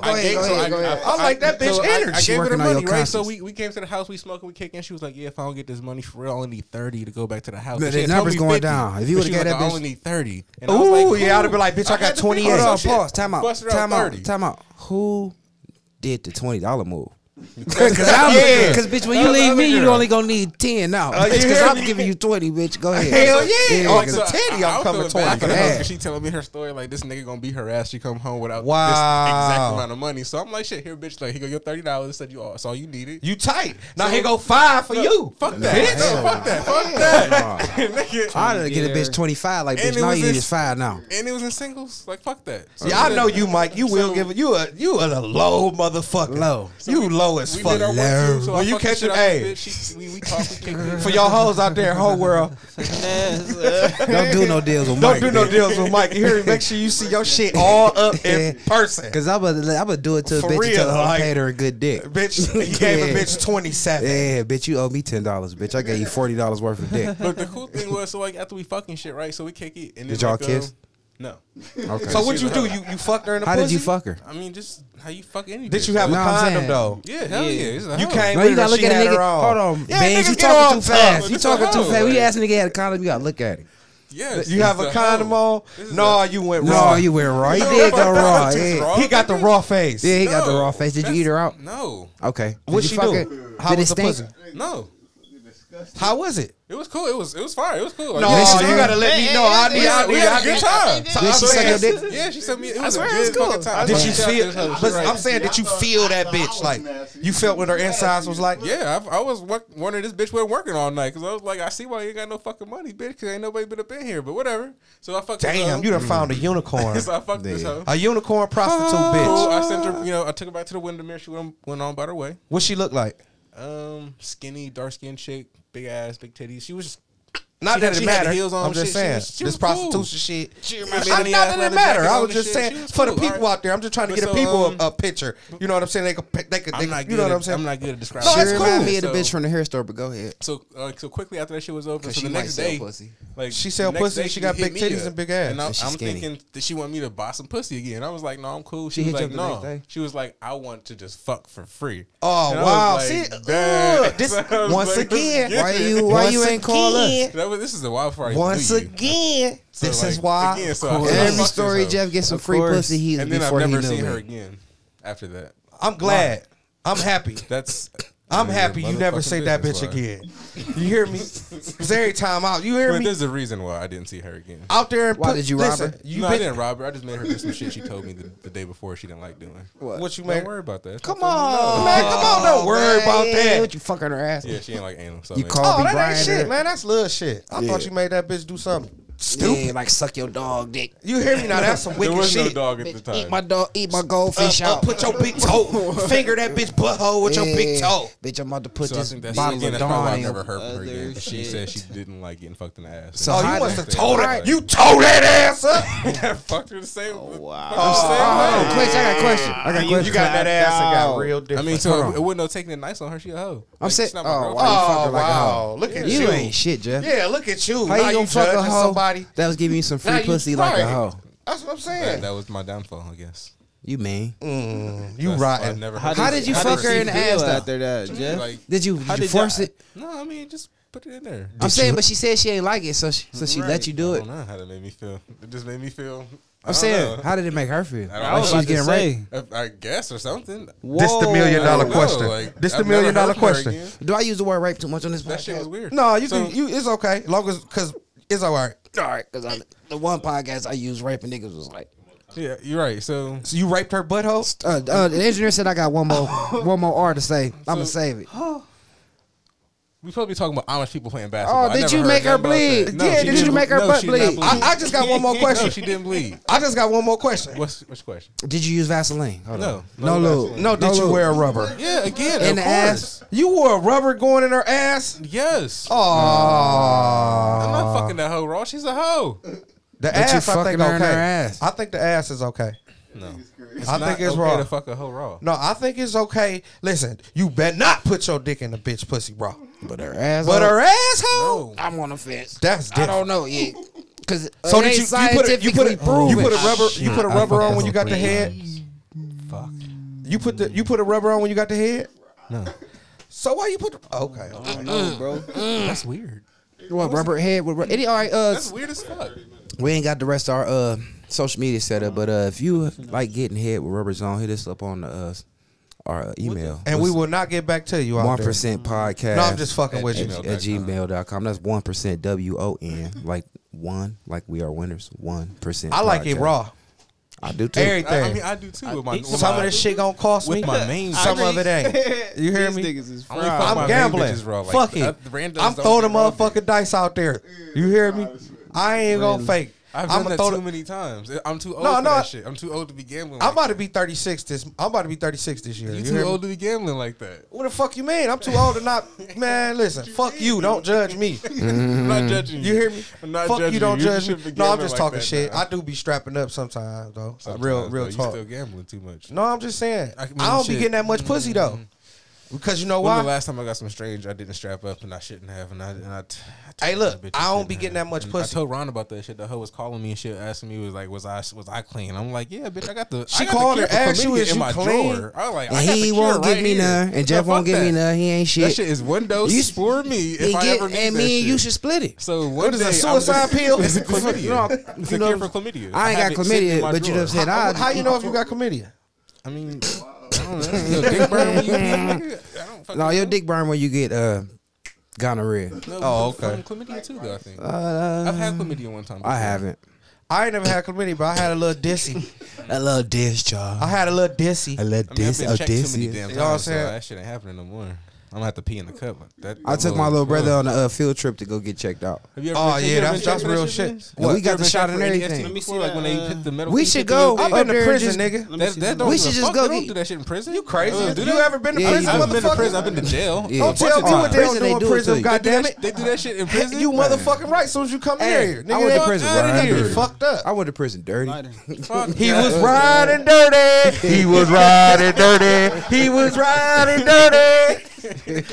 Go
I
ahead,
gave-
go
so
ahead, go ahead.
I like that bitch
so I- I,
energy.
gave her the
Working on your
money, right? So
conscience.
we, we came to the house, we smoking, we kicking. She was like, "Yeah, if I don't get this money for real, I only need thirty to go back to the house."
Look,
And
the
she had told
numbers
me
going
50,
down. If you
but
would've
she
gave
was
that
like, I
bitch-
only need thirty. And I was
Ooh,
like,
yeah, I'd
cool.
have been like, bitch, I,
I
got
got the free-
28.
Hold
Yeah,
on,
so shit.
pause. Time out.
Busted out
Time out.
30.
Time out. Who did the twenty dollar move? Because I'm,
Yeah.
because bitch, when you
That was
leave
other
me, you
girl.
only gonna need ten now.
Uh, you
Because
hear
I'm
me?
giving you twenty, bitch. Go ahead.
Hell yeah. Oh,
cause-
so-
Like,
titty, I'm
I- I
coming
was feeling bad
20.
for her
Yeah.
'cause She telling me her story like this nigga gonna be her ass. She come home without this
Wow.
exact amount of money. So I'm like, shit, here, bitch. Like, here go your thirty dollars. Said you all, that's all you needed.
You tight. Now here go five for you.
Fuck that. No, fuck that. Fuck that. (laughs) Nigga.
I done get a bitch
Yeah.
twenty five. Like
And
bitch,
it
now
was
you need
this-
is five now.
and it was in singles. Like fuck that. So
Yeah, I
we
know
did-
you, Mike. You will
So-
give it. You a you a low motherfucker.
Low.
You low as
We
fuck.
did our one two. So
When
I
you
fucked the
catch
shit
an
out of
A.
this bitch. She, we we talk. We kick it.
(laughs) For y'all hoes out there, whole world,
Don't do
(laughs)
no deals with
don't
Mike.
do no deals with Mike. You hear me? Make sure you see your shit all up in person.
Cause I'm gonna I'm gonna do it to a
For
bitch until
real,
I
like-
paid her a good dick. (laughs)
Bitch, you gave
Yeah.
a bitch 27.
Yeah, bitch, you owe me ten dollars, bitch. I gave you forty dollars worth of dick.
But the cool thing was, so like after we fucking shit, right? So we kick it. And then,
Did y'all
like, um,
kiss?
no.
Okay.
So what you do? You you fucked her in the
How
pussy?
did you fuck her?
I mean, just how you fuck any.
Did
bitch,
you have
No,
a
I'm
condom
saying-
though?
Yeah, hell yeah. It's a
You
hoe.
came
No,
with
you
her,
gotta look
she
at a
had
nigga.
her on.
Hold on,
yeah,
Bangs,
niggas
you
get all
talking too fast.
fast.
You
It's a
talking too
hoe.
fast. We asked nigga had a condom. You gotta look at it.
Yes.
You have a
it's
condom on?
hoe. This is
No,
a-
you went raw.
No, you went raw. He
No,
did
but
go
that's
raw.
just
Yeah.
raw.
He got the raw face.
Yeah, he got the
No,
raw face. Did you
that's-
eat her out?
No,
Okay. Did
What'd
you
she
fuck
do?
it?
How
Did
was
it
the
stink?
pussy?
no.
How was it?
It was cool. It was it was fire. It was cool. Like,
No,
she
yeah, she-
suck
you
it?
gotta let me
Hey,
know.
hey,
I
hey,
need, I
hey,
need,
hey,
I
hey,
need.
good time.
Did
So
she
I'm
suck
saying-
your dick?
Yeah, she sent me. It was
swear
a
it
good
was cool.
fucking time.
I
I
Did
was
you
like,
feel?
this hoe-
Listen,
right.
I'm saying, did you feel that bitch? Like, you felt what her insides was like?
Yeah, I, I was work, wondering this bitch wasn't working all night because I was like, I see why you ain't got no fucking money, bitch, because ain't nobody been up in here. But whatever. So I fucked. this hoe.
Damn, you done found a unicorn.
(laughs) So I fucked this
Damn.
hoe.
A unicorn prostitute
Cool.
bitch.
I sent her. You know, I took her back to the Windermere. She went, went on about her way.
What she look like?
Um, skinny, dark skinned chick, big ass, big titties. She was.
Not
She
that
had-
it
she had the
matters.
heels on
I'm just
shit. She
saying
was- she
this
was cool.
prostitution shit.
She
I'm
reminded me of
not that it
Athletic
matter.
Jackets
I
on
was
the
just
shit. She
saying
was
for the
cool,
people
alright.
out there. I'm just trying to
But
get the
so,
people
um,
a, a picture. You know what I'm saying? They could, pic- they could, they
I'm not
could
good.
you know what
at-
I'm saying?
I'm not good at describing.
No,
She
that's
shit.
cool.
remind me of the
So-
bitch from the hair store, but go ahead.
So like so quickly after that shit was over,
'Cause
so
she
the
might
next
sell
day,
pussy.
like
She sell
the next
pussy,
day
she got
hit
big
me
titties
up.
and big ass.
And I,
And she's
I'm
skinny.
thinking that she want me to buy some pussy again. I was like, no, I'm cool. She,
She
was
hit
like,
you up the
no.
next day?
She was like, I want to just fuck for free.
Oh,
And I was
wow.
like,
See,
damn. (laughs)
look, this-
So I was
once
like,
again,
get
Why
it.
you why you ain't call us?
(laughs) That was, this is a wildfire.
Once again,
So,
this is
like,
why.
again, so I-
Cool.
Yeah, fuck
Every
this
story
hoe.
Jeff gets some
Of
free
course.
pussy he's
and then I've
before he
never
knew
seen her
it.
again after that.
I'm glad.
(laughs)
I'm happy.
That's
I'm
none of
happy
your
you never
motherfucking
say that
business,
bitch
Laura.
again. You hear me? Because every time out, you hear
But
me?
there's a reason why I didn't see her again.
Out there and
Why did you rob her?
You
no, I
been-
didn't rob her. I just made her do some shit she told me the, the day before she didn't like doing.
What you
Don't
made?
worry about that.
Come on,
Man, come on, don't worry about that.
What you fucking her ass?
Yeah, she ain't like anal. So
You
I mean-
call
Oh,
me
that
Brian?
ain't shit, man. That's little shit. I thought
Yeah.
you made that bitch do something.
Stupid. Yeah, like suck your dog dick.
You hear me now? That's some
There
wicked
was
shit.
no dog at the
Bitch,
time.
eat my dog. Eat my goldfish
Uh,
out.
put your big toe,
(laughs)
finger that bitch butthole with your big
Yeah.
toe.
Bitch, I'm about to put
so I
this
think that's,
bottle
again,
of
that's probably why
Dawn
I've
in.
never
your-
heard from her
Other
again. 'cause She
shit.
said she didn't like getting fucked in the ass.
So
Oh,
how
you
did-
must have
Right.
told that.
Right. (laughs)
You told that ass up.
I fucked her the same.
wow.
fucked her the same
Oh,
way.
Quincy, I got a question. I got a question.
You got that ass and got
out.
real
I
different.
mean, so it wouldn't have taken it nice on her. She a hoe.
I'm saying,
she's
oh,
not my girlfriend.
why you fuck
oh
her like a hoe?
wow, look at you.
You ain't shit, Jeff.
Yeah, look at you.
How
Now
you gonna fuck a
judging
hoe
somebody?
that was giving you some
Now
free
you-
pussy like a
right.
hoe?
That's what I'm
That,
saying.
that was my downfall, I guess.
You mean?
Mm. you
That's- I've
rotten.
never.
How
heard
How
of
did
it.
you fuck her
she
in the
feel
ass though?
after that, Jeff?
Like,
Did you, did
How
you
did
force
that-
it?
no, I mean, just put it in there.
I'm saying, but she said she ain't like it, so she, so she let you do
I
it.
don't know how that made me feel. It just made me feel. I
I'm
don't
saying,
know.
how did it make her feel?
don't
I
Like
was
she was
about to
getting raped.
say.
I- I guess or something.
This the million
I
dollar
don't know,
question.
Oh, like,
this the
I've
million
never
dollar
heard from her
question.
again.
Do I use the word rape too much on this podcast?
That shit was weird.
No, you
So-
can. You it's okay. Long as because it's all right.
All right, because the one podcast I used raping niggas was like,
Yeah, you're right. So
So you raped her butthole.
uh, uh, the engineer said I got one
(laughs)
more one more R to say. I'm gonna save it.
we probably talking about Amish people playing basketball.
Oh,
I
did
never
you
heard
make her
nothing about that.
bleed?
No,
Yeah,
she
did
didn't-
you make her
no,
butt
she did not
bleed?
I, I just got one more
(laughs) no,
question.
she didn't bleed.
I just got one more question.
What's which question?
Did you use Vaseline? Hold
No,
on.
no
no, lube.
Vaseline.
No, did you
lube.
wear a rubber?
Yeah, again
In
of
the
course.
ass?
You wore a rubber going in her ass.
Yes.
Oh,
I'm not fucking that hoe raw. She's a hoe.
the
you
ass. I
fucking
think
her in
okay.
her ass.
I think the ass is okay.
No,
I think it's
okay
raw.
to fuck a hoe raw.
No, I think it's okay. Listen, you better not put your dick in the bitch pussy, bro.
But her ass.
But
up,
her
No.
asshole.
I'm on the fence.
That's
I
different.
don't know yet. Cause uh,
So
it
did
ain't
you, you put a, you put
scientifically
a,
proven.
you put a rubber you put a
I
rubber
fucked
on
that
when you got
hoe
the
three
head?
Fuck.
You put the you put a rubber on when you got the head?
No,
So why you put the, okay.
I know, bro.
that's weird.
What rubber head? With, rub- it, all right. Uh,
That's weird as fuck.
we ain't got the rest of our uh social media set up, but uh, if you like getting head with rubbers on, hit us up on the uh, our email.
And we will not get back to you out
one
there.
percent podcast.
No, I'm just fucking with you.
at, at gmail.com. That's one percent W O N. Like one, like we are winners. One percent.
I like it
podcast.
raw.
I do too.
I, I
Everything.
mean, I do too. With my, with
Some
my,
of this shit gonna cost me.
with my main.
Some of
(laughs)
it ain't. You hear
These
me?
niggas is
I only
fried.
fuck my
I'm
main
gambling.
bitches raw. Like,
Fuck
the
it.
other randoms
I'm
don't
throwing the
get raw bitches.
motherfucking dice out there. You hear me? I ain't gonna fake.
I've
I'm
done
gonna
that
throw
too
the,
many times. I'm too old
No,
for
no.
that shit. I'm too old to be gambling.
I'm
like
about to be 36 this. I'm about to be 36 this year.
that.
You,
you
hear
too
me?
old to be gambling like that. (laughs)
What the fuck you mean? I'm too old to not. (laughs) Man, listen. fuck you. Don't judge me.
I'm not judging you.
Mm-hmm. You hear me?
(laughs) I'm not
fuck
judging
you. Don't judge
shouldn't
me.
be
No, I'm
gambling
just
like
talking
that
shit.
now.
I do be strapping up sometimes though.
Sometimes,
real, real
though, You
talk.
still gambling too much.
No, I'm just saying. I,
I mean,
don't be
shit. Mm-hmm.
getting that much pussy though. Because you know
When the
why?
last time I got some strange, I didn't strap up and I shouldn't have. And I, and I, t- I told
Hey, look,
that bitch
I don't
shouldn't
be getting
have.
that much
And I
pussy.
told Ron about that shit. The hoe was calling me and shit, asking me was like, "Was I was I clean?" I'm like, "Yeah, bitch, I got the."
She
I got the
called
cure
her,
for
asked you,
chlamydia
"Is
in
you
my
clean?"
drawer. I was like, I
And
got the
he
cure
won't
right
give me
here.
none, and
Yeah,
Jeff won't
fuck
give me
that.
none. He ain't shit.
That shit is one dose
You s-
for me. If
And
I
get-
ever need
and
that
me and
shit.
you should split it.
So one
What is
day,
that,
I'm just- (laughs)
suicide pill?
It's
(laughs)
a chlamydia.
No,
it's
you
a
know,
cure for chlamydia.
I ain't
have
got
it sitting in
chlamydia,
my
but you
drawer.
done said
How,
I.
how you know if you got chlamydia?
(laughs)
I mean, I don't know. Your dick burn when you- (laughs) I don't fucking
No, your
know.
dick burn when you get uh gonorrhea.
No,
Oh,
from-
okay.
from Chlamydia too, though. I think
Uh,
I've had chlamydia one time.
I haven't.
I ain't never had chlamydia, but I had a little dissy.
A little discharge.
I had a little dissy.
A little
I mean, I've
dis.
been
A
checked too many
dis.
damn
You know what I'm
times, so
saying?
that shit ain't happening no more. I'm gonna have to pee in the cup. That,
I
that
took my little brother on a uh, field trip to go get checked out.
Have you
Oh,
have you
yeah,
ever
that's-
been
that's
checked for
real
that
shit.
Vince?
Yeah, we
You
got
ever
the
been
shot
checked
and
for
everything.
ADST
Let
me see
before, like when they
that,
put the metal.
we
piece
should
at the end
go.
of the
I've
day?
been to prison,
Let
nigga.
me
That,
see
that
that.
don't
We
give a
should just
fuck.
go
They don't
get-
do that shit in prison.
You crazy?
Uh, do
you
that?
ever been to
Yeah,
prison,
you-
I've been to
motherfucker?
prison. I've been to jail.
Yeah.
Don't tell
Bunch
me
of
what they
times. Prison,
don't do in
they do it to
prison,
you.
They do
goddammit.
that- They do that shit in prison.
You motherfucking right. As soon as you come in
Hey,
here,
I
nigga,
went to
that-
prison.
outta
Right?
here,
dirty.
fucked up.
I went to prison dirty.
Fuck
He
that.
was riding dirty. (laughs) He was riding dirty. He was riding dirty.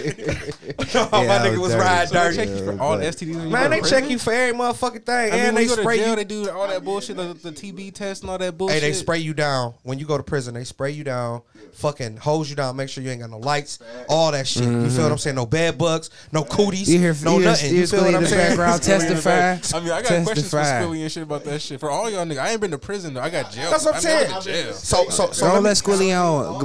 no, my
I
nigga
was
was
dirty.
riding
So
They
dirty.
check you for all STDs. when you go
Man,
to
they
prison?
check you for every motherfucking thing,
I mean,
and
when
they
you go to
spray
jail,
you.
They do all that bullshit, the, the TB test and all that bullshit.
Hey, they spray you down when you go to prison. They spray you down, fucking hose you down. Make sure you ain't got no lights, all that shit. You feel what I'm saying? No bed bugs, no cooties,
You hear
no
you hear-
nothing.
you
You feel what
in
I'm
the
(laughs)
saying?
background testify.
I mean, I got questions for Squilly and shit about that shit. For all y'all niggas, I ain't been to prison though. I got jail.
(laughs) That's what I'm
I never
saying.
been to jail.
So, so, so
So
let
don't
me-
let Squilly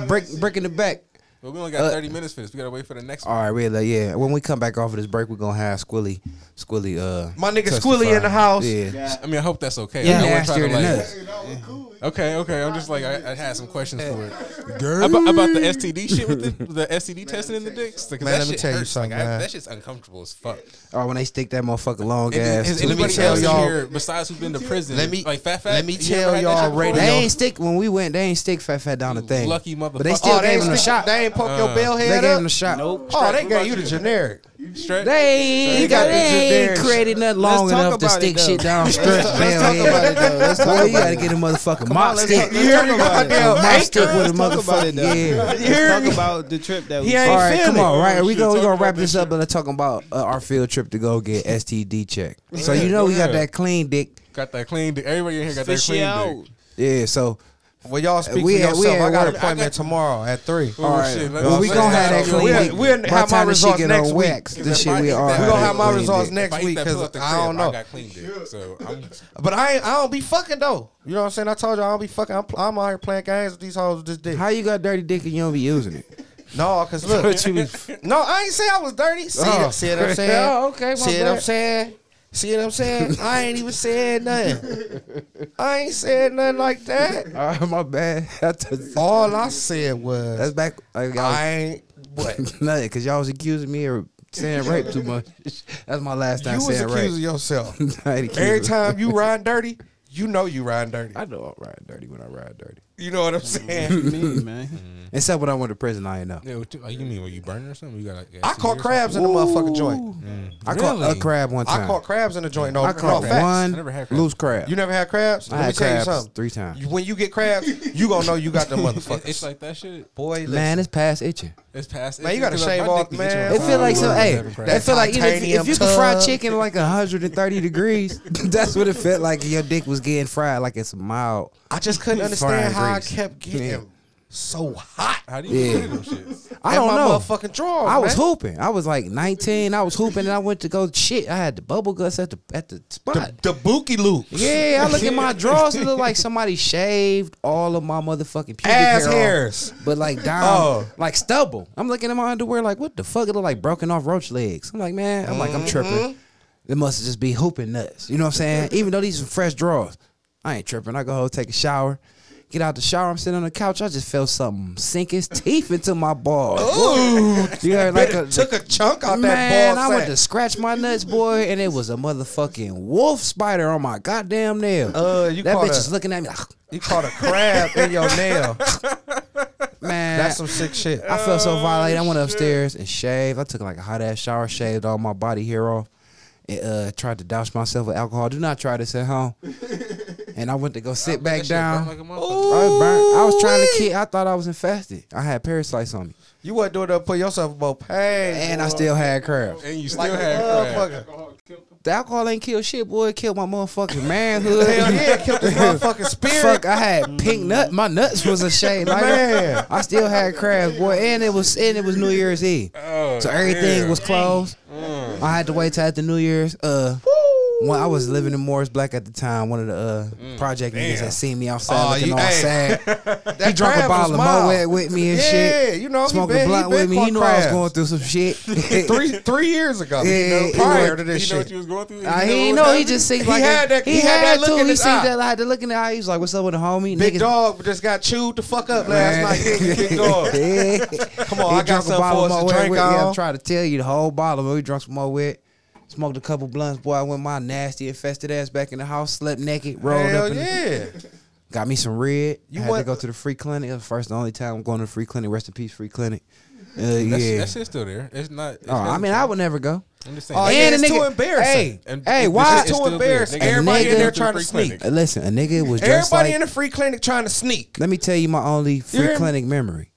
on. Break, breaking the back.
But we only got 30 minutes for this. We gotta wait for the next
All
one.
right, really, yeah. When we come back off of this break, we're gonna have Squilly, Squilly, uh,
My nigga
testify.
Squilly in the house.
Yeah,
I mean, I hope that's okay.
Yeah,
I wouldn't try to,
nastier than
like-
us.
Okay, okay. I'm just like I, I had some questions for it about, about the STD shit with the, the STD testing in the dicks. Like,
Man,
that
let me
shit
tell you
hurts.
something,
Like, I-
man.
that shit's uncomfortable as fuck.
Or when they stick that motherfucker long
Has
ass.
has
to the
anybody
back.
tell
else in
y'all-
here besides who's been to prison?
Let me-
like fat fat.
let me
you ever
tell
had that
y'all
shit before?
radio-
They ain't stick when we went. They ain't stick Fat Fat down the thing.
lucky
But they
motherfucker.
still
oh, they
gave
ain't
him the
stick,
shot.
They ain't poke
Uh,
your bell
They
head
gave
up.
him the shot.
oh, they gave you the generic.
Straight.
They
They
ain't,
got
got
the
they ain't
generic
created nothing long
Let's talk
enough to
about it,
stick
though.
shit down straight. Let's,
talk about it, though. Let's talk
Boy, you
about
gotta
it.
get a motherfucking mop
let's
stick.
talk- let's talk
A
about it.
mop
Let's
stick with a
Let's talk about it, though.
motherfucking yeah.
Let's talk about the trip that we
He
All
ain't
right, come
feeling it.
on, right? We gonna we
talk
gonna
about
wrap
that
this up and let's talk about uh, our field trip to go get STD check. So you know we got
Yeah.
that clean dick.
Got that clean dick. Everybody in here got that
Fish
clean
out.
dick.
Yeah. So
Well, y'all speak
We
for
had-
yourself.
we had
I got an
work-
appointment tomorrow at three.
Oh,
all right,
shit, let's-
well, we
let's
gonna
talk
have that
about it.
clean.
We'll-
dick.
we'll
By
have
the
my
time this shit
results
get
next
on
week.
wax,
If
This shit
I
we
eat
are.
that-
We
gonna
gonna have my
clean
results
dick.
If
next
I eat
week
that
because
pill out the crib,
I don't know.
I got clean dick. So I'm
But I ain't, I don't be fucking though. You know what I'm saying? I told you I don't be fucking. I'm, pl- I'm out here playing games with these hoes with this dick.
How you got dirty dick and you don't be using
(laughs)
it?
No, cause look,
you be- (laughs)
no, I ain't say I was dirty. See,
Oh.
see what I'm saying?
(laughs) Oh, okay, my
See what I'm
bad.
saying? See what I'm saying? I ain't even said nothing.
(laughs)
I ain't said nothing like that.
All right, Uh, my bad. That's
All I said was
that's back. Like, y'all- (laughs)
I ain't what you
Nothing, because y'all was accusing me of saying rape too much. (laughs) That's my last time
was
saying (laughs)
accusing
rape.
yourself.
I ain't
(laughs) Every
accused.
time you ride dirty, you know you ride dirty.
(laughs) I know I'm riding dirty when I ride dirty.
You know what
(laughs)
I'm saying?
Me, man.
Except when I went to prison, I ain't know.
Yeah, what you, oh, you mean when you burn or something? You got like
I
STD
caught
or
crabs in the motherfucking
Ooh.
joint.
I caught
Really?
a crab one time.
I caught crabs in the joint. No,
I caught
no, facts.
one
I never had crab.
loose crab.
You never had
I
crabs? Let me
had
tell you
crabs
something.
three times.
You- When you get crabs, you gonna know you
(laughs)
got the
something?
motherfuckers.
It- It's like that shit.
boy, listen.
Man, it's past itching.
It's past.
Man,
it's
you gotta
because my
shave
dick
off,
be itching
man.
all
It
the
feel
time.
like so.
I'm
Hey,
having crabs.
it feel like you know, if, you- if
titanium
you could fry
tub.
chicken like 130 (laughs) degrees, that's what it felt like. Your dick was getting fried like it's mild.
I just couldn't
Frying
understand how
grease.
I kept getting
Yeah.
so hot.
How do you
Yeah.
get rid of them shits?
I
in
don't
my
know.
Motherfucking drawers.
I was
man.
hooping. I was like 19. I was hooping, and I went to go shit. I had the bubble guts at the at the spot.
the bookie loop.
yeah, I look at (laughs) my drawers. It look like somebody shaved all of my motherfucking pubic
Ass
hair off,
hairs.
but
(laughs)
like down,
Oh.
like stubble. I'm looking at my underwear like, what the fuck? It look like broken off roach legs. I'm like, man, I'm like,
Mm-hmm.
I'm tripping. It must just be hooping nuts. You know what I'm
Mm-hmm.
saying? Even though these are fresh drawers, I ain't tripping. I go home, take a shower. Get out the shower. I'm sitting on the couch. I just felt something sink his teeth into my balls.
(laughs) Ooh,
You heard like a,
Oh, took a chunk out
Man,
that ball
I went
sack.
to scratch my nuts, boy, and it was a motherfucking wolf spider on my goddamn nail.
Uh, you
that
caught
bitch
a-
is looking at me like,
you caught a crab in your nail.
(laughs) man.
That's some sick shit. Oh,
I felt so violated. I went upstairs and shaved. I took like a hot ass shower, shaved all my
(laughs)
body hair off, and uh, tried to douse myself with alcohol. Do not try this at home. and I went to go sit back
That shit
down.
burnt like a
I
motherfucker.
was burnt. I was trying to keep. I thought I was infested. I had parasites on me,
You wasn't doing that for yourself about pain.
and I
boy.
still had crabs.
And you still
like a
had crab.
motherfucker.
The alcohol ain't killed shit, boy. It killed my motherfucking manhood.
Hell yeah, killed this motherfucking
(laughs)
spirit.
Fuck, I had pink nut. My nuts was a shade lighter.
Man.
I still had crabs, boy, and it was and it was New Year's Eve,
Oh,
so everything
damn.
was closed.
Mm.
I had to wait till after New Year's. Uh, when I was living in Morris Black at the time, one of the uh, project niggas
Damn.
had seen me outside
Aw,
looking
Mm, Oh, you-
all
hey.
sad. he
(laughs) That
drank a
crab was
bottle of
mild.
Moet with me and
yeah,
shit.
you know,
Smoked
he been,
a blunt
he been
with me. He
caught
knew I was
crabs.
going through some shit.
(laughs) three three years ago.
Yeah,
you know,
he
prior
was-
to
You
this
know
shit.
what you was going through?
Uh,
You
he
know
ain't
what
know. He
happened?
just seemed
He
like
had that- he had that look
too.
in
He
his
seen
eye.
that. I had the look in the eye. He was like, "What's up with the homie?"
Big
Niggas- (laughs)
dog just got chewed the fuck up last night. Big, big dog. (laughs) Come on, I got
some
something for us to drink
with, Yeah,
on.
I'm trying to tell you the whole bottle. but We drunk some more with. Smoked a couple blunts, boy. I went my nasty infested ass back in the house, slept naked, rolled
Hell
up, and
yeah.
got me some red.
You
You had to
want-
go to the free clinic. It was the first, and only time I'm going to the free clinic. Rest in peace, free clinic. Uh,
That's,
yeah.
that shit's still there. It's not. It's
oh, I mean, I would never go.
am just
Oh,
saying.
yeah,
And
it's
a
too
nigga-
embarrassing.
Hey,
And-
hey,
and
why?
it's
Too
still there.
embarrassing.
Nigga,
Everybody
nigga-
in there trying to
Free
sneak.
clinic.
Uh, Listen, a nigga was dressed
Everybody
like.
in the free clinic trying to sneak.
let me tell you my only free
hear me?
clinic memory.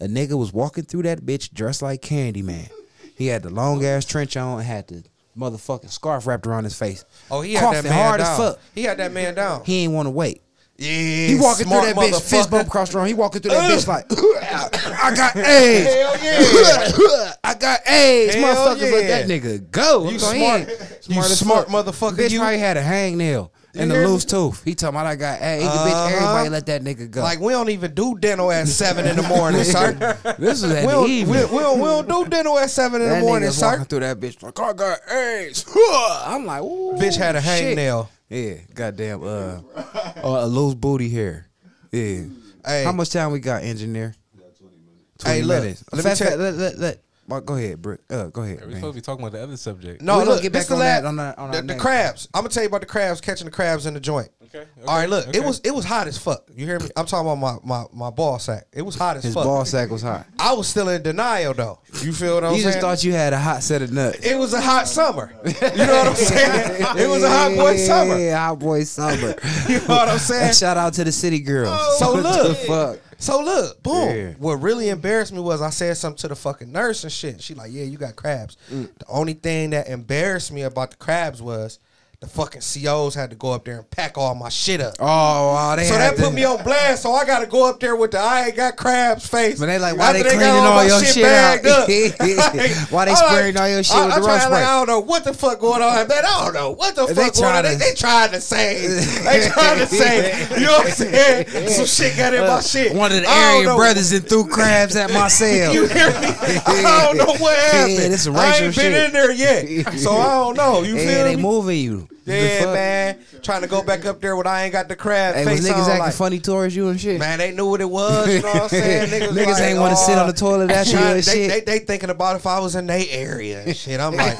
A nigga was walking through that bitch dressed like Candyman. He had the long ass trench on and had the motherfucking scarf wrapped around his face.
Oh, he had that
Coughing
man
hard
down.
as fuck.
He had that man down.
He ain't want to wait.
Yeah,
He walking through that
smart
bitch, fist
motherfucker.
bump across the room. He walking through that bitch
(laughs)
like, I got AIDS.
Hell yeah.
I got AIDS,
Hell
motherfuckers. Let
yeah.
that nigga go.
You
So he
smart-
ain't
you
as
smart
fuck.
motherfucker,
Bitch
you.
probably had a hangnail and
hear
a
me?
loose tooth. He talking about I got AIDS.
Uh-huh.
Bitch, everybody let that nigga go.
Like we don't even do dental at seven in the
(laughs)
morning, sir.
this was
We
at the
don't, we,
evening.
don't- we don't, we don't do dental at seven in
That
the morning,
nigga's walking
sir.
through that bitch like I got AIDS. (laughs) I'm like, ooh,
Bitch had a
shit.
hangnail.
Yeah, goddamn, uh, uh, a loose booty hair. Yeah.
Hey.
How much time we got, engineer?
Hey, look, let me
Fast,
tell-
fast, let, let, let- Mark, go ahead, Brick. Uh, go ahead.
We're
man.
supposed to be talking about the other subject.
No,
We gonna
look,
get
this
back
the
on
last-
that on our- on
the,
our
the
next-
crabs. I'm gonna tell you about the crabs catching the crabs in the joint.
Okay, okay,
All right, look,
okay.
it was it was hot as fuck. You hear me? I'm talking about my my, my ball sack. It was hot as
His
fuck.
ball sack was hot.
I was still in denial though. You feel what I'm
You
saying?
just thought you had a hot set of nuts.
it was a hot summer. (laughs) You know what I'm saying? (laughs) It was a hot boy summer.
Yeah, hot boy
(laughs)
summer.
You know what I'm saying?
and shout out to the city girls. (laughs)
So
What
Oh, look,
the fuck.
so look, boom.
Yeah.
What really embarrassed me was I said something to the fucking nurse and shit. She like, yeah, you got crabs.
Mm.
The only thing that embarrassed me about the crabs was the fucking COs had to go up there and pack all my shit up.
Oh, wow, they
So
had
that put
to-
me on blast. So I got to go up there with the I ain't got crabs face.
But they like,
After
why they
got
cleaning all
my
your shit out?
bagged
(laughs)
up.
Why they
I'm like,
spraying all your shit
I,
with
I
the
try
rush
to
spray?
like, I don't know what the fuck going on. Man, I don't know what the
They
fuck going on.
trying
They,
to-
they trying to
(laughs)
save. They trying to save. You know what I'm saying? Some shit got in my shit.
Uh, One of the
I don't know.
Aryan brothers and threw crabs at my cell.
(laughs) You hear me? I don't know
(laughs)
what
Yeah,
happened.
this some
I
racial
ain't been
shit.
in there yet, so I don't know.
(laughs)
You
yeah,
feel
they
me?
moving you.
yeah,
The fuck?
man. Trying to go back up there when I ain't got the crab
Hey,
face
was niggas
on.
acting
like,
funny towards you and shit?
Man, they knew what it was. You know what
(laughs)
I'm saying? Niggas,
Niggas
like,
ain't wanna
oh,
sit on the toilet after you
trying-
and
they,
shit.
They, they thinking about if I was in their area and shit. I'm
(laughs)
like,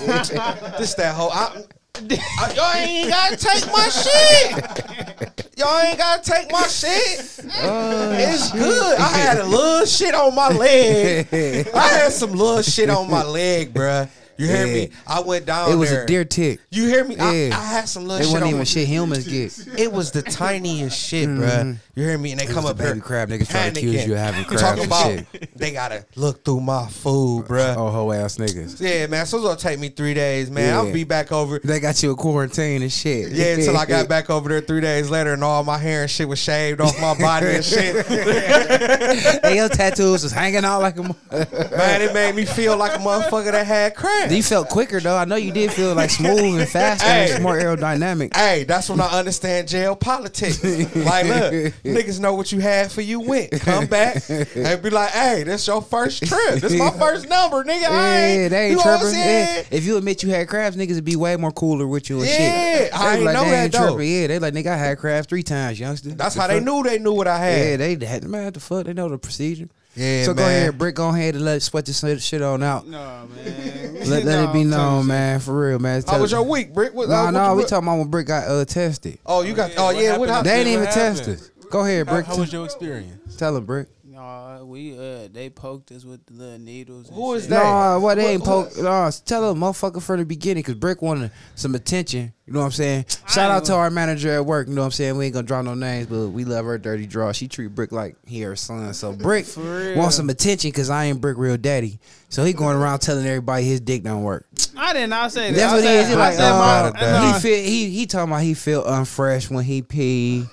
this that whole. I, I- y'all ain't gotta take
(laughs)
my shit. Y'all ain't gotta take my shit.
Oh,
it's good. I had a little shit on
(laughs)
my leg. I had some little shit on my leg, bruh. You hear
Yeah.
me? I went down.
it was
there.
a deer tick.
You hear me? I,
Yeah.
I had some little
It
shit
wasn't
on
even
my
shit humans get. Mm-hmm.
it was the tiniest shit, bruh. You hear me? And they come
was
up
the baby
here
crab niggas trying to accuse
panicking,
you of
(laughs)
having crabs
Talking
and
about
shit.
they gotta look through my food, bruh.
Oh, hoe ass niggas.
Yeah, man. So it's gonna take me three days, man.
Yeah.
I'll be back over.
They got you a quarantine and shit.
Yeah, until
(laughs)
I got back over there three days later, and all my hair and shit was shaved off my body and
(laughs)
shit.
hey, your tattoos was hanging out like a.
(laughs)
mo-
Man, it made me feel like a motherfucker that had crabs.
You felt quicker though. I know you did feel like smooth and faster,
Hey.
and more aerodynamic.
Hey, that's when I understand jail politics. like,
(laughs)
look, niggas know what you had for you went. Come back and be like, hey, this your first trip. This my first number, nigga. I ain't,
(laughs) Yeah, they ain't
you know what I'm
tripping. Yeah.
saying?
If you admit you had crabs, niggas would be way more cooler with you and
Yeah,
shit.
I
They be
ain't know
they
that, though.
tripping. Yeah, they like nigga I had crabs three times, youngster.
That's
The
how they
fuck?
knew they knew what I
Yeah,
had.
they had man what the fuck. They know the procedure.
Yeah,
so go
man.
ahead, Brick. Go ahead and let sweat this shit on out.
No, (laughs) man.
(laughs)
Let, let it be
I'm telling
known,
you.
man. For real, man.
How was your week, Brick? What,
No,
uh,
no,
what you-
we talking about when Brick got uh, tested.
Oh, you got.
Yeah,
Oh,
what
yeah. What
happened?
happened?
They ain't
what
even
happened?
test us. Go ahead,
How,
Brick.
how was your experience?
Tell him, Brick.
No, Nah, we uh, they poked us with the little needles. and
Who is
shit.
that?
No, what they ain't
Who- who-
poke. No, tell a motherfucker from the beginning because Brick wanted some attention. You know what I'm saying?
I
Shout out
ain't
to our manager at work. You know what I'm saying? We ain't gonna draw no names, but we love her dirty draw. She treat Brick like he her son. So Brick
For real.
wants some attention because I ain't Brick real daddy. So he going around telling everybody his dick don't work.
I did not say that.
That's
I
what he
said,
is. He
I
like,
said
uh,
my- no,
he feel he he talking about he feel unfresh when he pee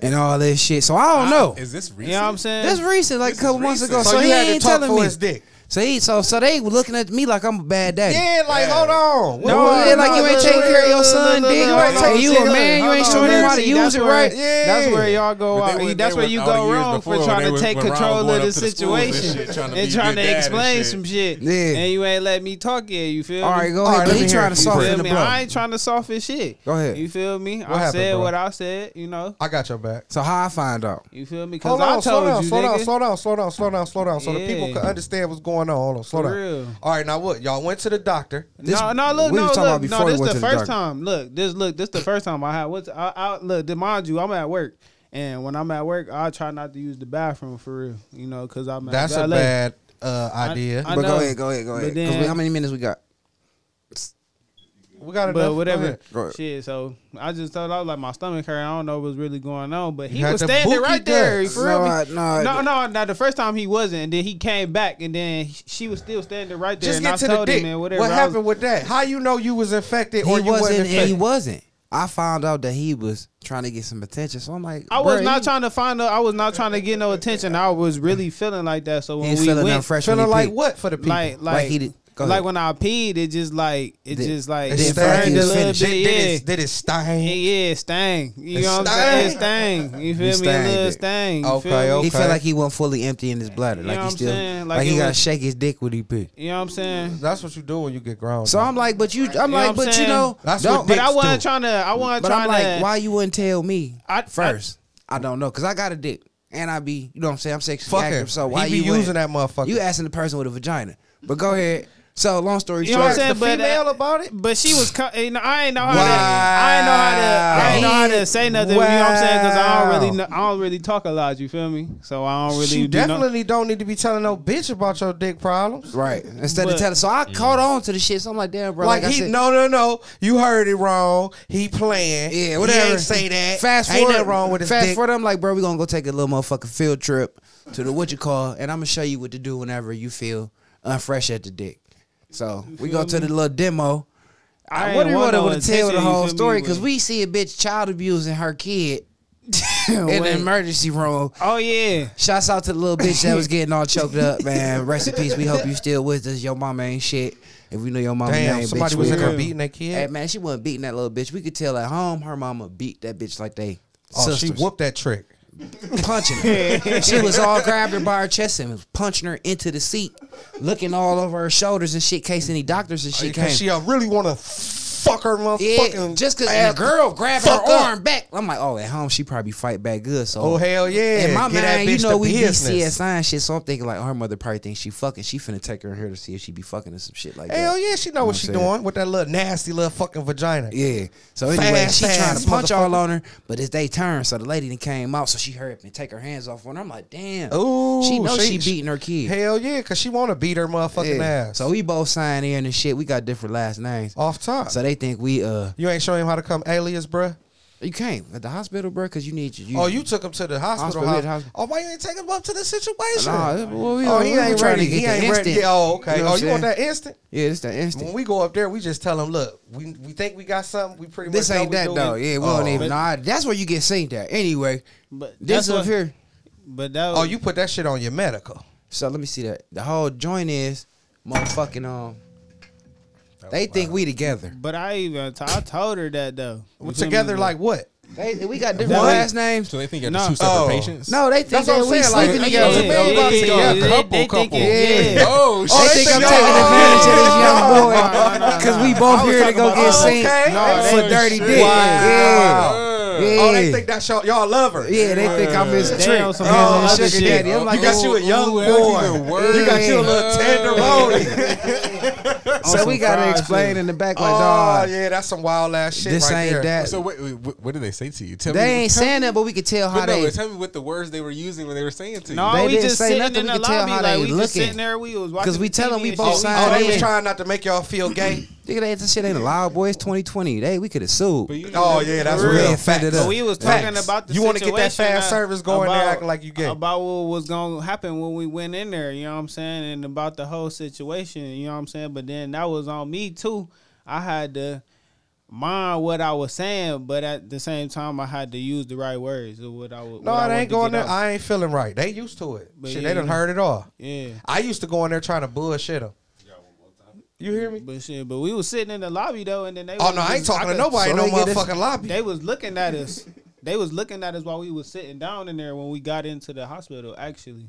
and all this shit. So I don't know.
Is this recent?
You know what I'm saying?
That's recent, like a
This is
couple months
recent.
ago. So,
So, you
he
had to
ain't
talk
telling
for
me.
his dick.
So he so so they looking at me like I'm a bad daddy.
Yeah, like hold on. What-
No,
what-
like you ain't
look,
taking
look,
care of your
look,
son,
look,
dick.
look,
You
look,
ain't
look,
taking- you a
look,
man, you
look,
ain't
look,
showing
look,
him
look.
how to
See,
use
that's
it
where-
right.
That's
Yeah.
where y'all go
But they
out.
were-
that's
they
where
were
you
all
go
the years
wrong
before
for
when they
trying to
were-
take
when Ron
control
going
of
up
the
to the schools and
situation
shit, trying to
and
be good
trying
dad
to
and
explain
shit.
some shit.
Yeah.
And you ain't let me talk yet. You feel
All
me?
right, go
All
ahead.
right,
but
let
he
me
trying to
hear it. You
You
soften
feel
the
me?
blow.
I ain't trying to soften shit.
Go ahead.
You feel me? I
happened,
said
bro?
what I said. You know.
I got your back.
So how I find out?
You feel me? Because
Hold
I
on,
told
slow down,
you,
slow down,
nigga.
slow down, slow down, slow down, slow down, so the people
Yeah.
can understand what's going on. Hold on, slow
For
down.
real.
All right, now what? Y'all went to the doctor.
This-
no, no, look,
we
no,
was talking about
look,
before
no.
we
This
went
the
to the
first
doctor.
time. Look, this, look, this the first time I had. What's I, I look? did- Mind you, I'm at work, and when I'm at work, I try not to use the bathroom for real. You know, because I'm at
That's a
ballet.
bad uh, idea.
I
but
know.
go ahead, go ahead, go
But
ahead. 'Cause
then-
we- how many minutes we got?
we got enough.
But
Go
whatever,
ahead.
Go ahead.
shit. So I just thought I was like my stomach hurt. I don't know what's really going on, but he
had
was
the
standing
bookie
right there.
guts.
For real,
No, I- no,
no, no, no. The first time he wasn't, and then he came back, and then she was still standing right there.
Just
and
get
I
to the
told
dick.
him, man, whatever.
what
I was-
happened with that? How you know you was infected or
He
you wasn't
wasn't, and he
infected?
wasn't. I found out that he was trying to get some attention. So I'm like,
I was
bruh,
not
you-
trying to find. out. I was not trying to get no attention. I was really feeling like that. So
He
when
was
we
feeling
went,
unfresh when
Feeling
he
like
peed.
what for the people?
like like
Like
like,
he did- go ahead.
when I peed, it just like it
Did-
just like
it
it
didn't feel like
burned
he
a
was
little bit.
finished.
Did, did
yeah.
it, did it
Yeah,
stain?
yeah, stang. You
It
know what I'm saying? It
stung.
stang. You
He
feel me? A
stung
little
it.
stang. You
Okay,
feel me?
He
okay.
felt like he wasn't fully empty in his bladder.
You
like
know
he
what I'm
still,
saying?
like,
Like
he
it
gotta
was-
shake his dick when he pee.
You know what I'm saying?
That's what you do when you get grown.
So
man.
I'm like, but you, I'm
know
like,
what I'm
but you
saying?
know,
That's
don't-
what
But I
dicks
wasn't
do.
trying to. I wasn't
But I'm
trying
like,
to.
why you wouldn't tell me
I- I-
first? I, don't know, cause I got a dick and I be, you know what I'm saying? I'm sexually
Fuck him.
active, so why
He
you
be
wouldn't?
using that motherfucker.
You asking the person with a vagina, but go ahead. So long story
You know what I'm
short,
saying?
the
But, uh,
female about it?
But she was, co- you know, I ain't know how to, I ain't know how to, I ain't know how to say nothing. You know what I'm saying? Because I don't really, know, I don't really talk a lot. You feel me? So I don't really
She
do no-
definitely don't need to be telling no bitch about your dick problems.
right? Instead of
But-
telling, so I
Mm.
caught on to the shit. So I'm like, damn, bro,
like,
like, I
he
said,
no no no. You heard it wrong. He playing.
yeah, whatever.
He ain't say that.
Fast
ain't
forward,
nothing wrong with his
fast
dick.
forward. I'm like, bro, we gonna go take a little motherfucking field trip to the what you call, and I'm gonna show you what to do whenever you feel unfresh at the dick. So we go to the little demo. I,
I
wouldn't
ain't
want
want
to
no
tell the
attention, you
whole
feel me?
story because
But-
we see a bitch child abusing her kid in the
Wait.
emergency room.
Oh yeah.
Shouts out to the little bitch that was getting all choked up, man. Rest in peace. We hope you still with us. Your mama ain't shit. If we know your mama
Damn,
name,
somebody
bitch,
was
we-
in there
Yeah.
beating that kid.
Hey man, she wasn't beating that little bitch. We could tell at home her mama beat that bitch like they
oh,
sisters.
she whooped that trick.
Oh, punching her. she was all grabbed her by her chest and was punching her into the seat, looking all over her shoulders and shit. Case any doctors and shit came.
Because she uh, really want to fuck her
yeah,
motherfucking.
just cause
ass
and the girl grabbed her
fuck up.
arm back. I'm like, oh, at home she probably fight back good. So
Oh hell yeah!
in my
Get that
mind, you
bitch
know
to
we be
business.
CSI and shit, so I'm thinking like her mother probably thinks she fucking. She finna take her in here to see if she be fucking or some shit like
Hell
that.
yeah, she know what
I'm
she
saying?
doing with that little nasty little fucking vagina.
Yeah. So anyway,
Fast
she trying
ass
to punch all
motherfucker.
on her, but it's they turn. So the lady then came out, so she hurry up and take her hands off on her. I'm like, damn.
Ooh,
she knows she, beating her kid.
Hell yeah, cause she want to beat her motherfucking
Yeah.
ass. Oh.
So we both sign in and shit. We got different last names.
off top,
So they think we uh
you ain't showing him how to come alias, bruh.
you came at the hospital, bro, because you need you.
Oh, you took him to the hospital.
Hospital,
house.
yeah, hospital.
Oh, why you ain't take him up to the situation?
Nah, well, we,
oh,
we
he
were
ain't
trying
ready.
To get
he
the
ain't
instant.
ready. Yeah, oh, okay.
You know what
oh,
I'm
you want
saying?
that instant?
Yeah, it's the instant.
When we go up there, we just tell him, look, we we think we got something. We pretty much
This
know
ain't
we
that
doing-
though. Yeah, we don't
Oh.
even. Nah, that's where you get synced at. Anyway,
But
this
that's
up
what,
here.
But that. Was,
Oh, you put that shit on your medical.
So let me see that. The whole joint is motherfucking um. They think we together.
But I even t- I told her that though. You
We're
feel me?
together like what?
They, we got different
What?
last names.
So they think you're
No.
two separate
Oh.
patients.
No, they think
That's what
that
I'm
we
saying, like,
sleeping
yeah,
Yeah,
together.
yeah, yeah,
yeah,
yeah,
yeah, yeah.
couple,
They
couple.
thinking,
Yeah.
yeah.
Oh,
They
Oh,
shit.
think
they
I'm
think-
taking
oh,
advantage of this young
no,
boy
no,
(laughs)
no, no.
because we both
I was
here to
talking
go
about-
get
Oh,
seen
okay.
No,
for
they-
dirty
shit.
dick. Yeah,
Wow.
Yeah.
yeah.
Oh, they think that y'all, y'all love her.
yeah, they think I'm his
They
trick.
on some
oh,
other
sugar
shit.
daddy. I'm
You
like,
you got you a young
Ooh, that's
boy.
even
(laughs)
worse.
You got you a little
Yeah.
tenderoni.
So
some
we gotta
fried
explain
shit.
in the back like,
Oh
dog,
yeah, that's some wild ass shit.
this
right
ain't
there.
that.
So wait, wait, wh- what did they say to you? Tell
they
me,
ain't
tell
saying
me-
that, but we can tell how
(laughs) But no,
they.
but tell me what the words they were using when they were saying to you.
No,
They
we
didn't
just
say
sitting
nothing.
in
We
the
could tell
lobby
how
like
they
we just
looking.
sitting there. We was watching
'Cause we
the
tell 'em
TV
we
and
both
shit.
signed
Oh,
Oh,
they
yeah.
was trying not to make y'all feel gay.
Nigga, that, this shit ain't allowed, boy. It's 2020. They, we could have sued.
But you
Oh yeah, that's
For
real.
real.
Fed it
Facts.
up.
But we was
Facts.
talking about the
You
want
wanna
to
get that fast service going there acting like you gay.
about what was gonna happen when we went in there. You know what I'm saying, and about the whole situation. You know what I'm saying. But then that was on me too. I had to mind what I was saying, but at the same time, I had to use the right words of what I was.
No,
what
it
I
ain't
wanted
going
to
there.
get out.
I ain't feeling right. They used to it.
But
shit,
yeah.
they done heard it all.
yeah.
I used to go in there trying to bullshit them. You hear me?
But shit, but we was sitting in the lobby though, and then they.
Oh
was
no, I ain't
just-
talking to
could-
nobody.
so
no
they get this-
motherfucking lobby.
They was looking at us. (laughs) They was looking at us while we was sitting down in there when we got into the hospital. Actually,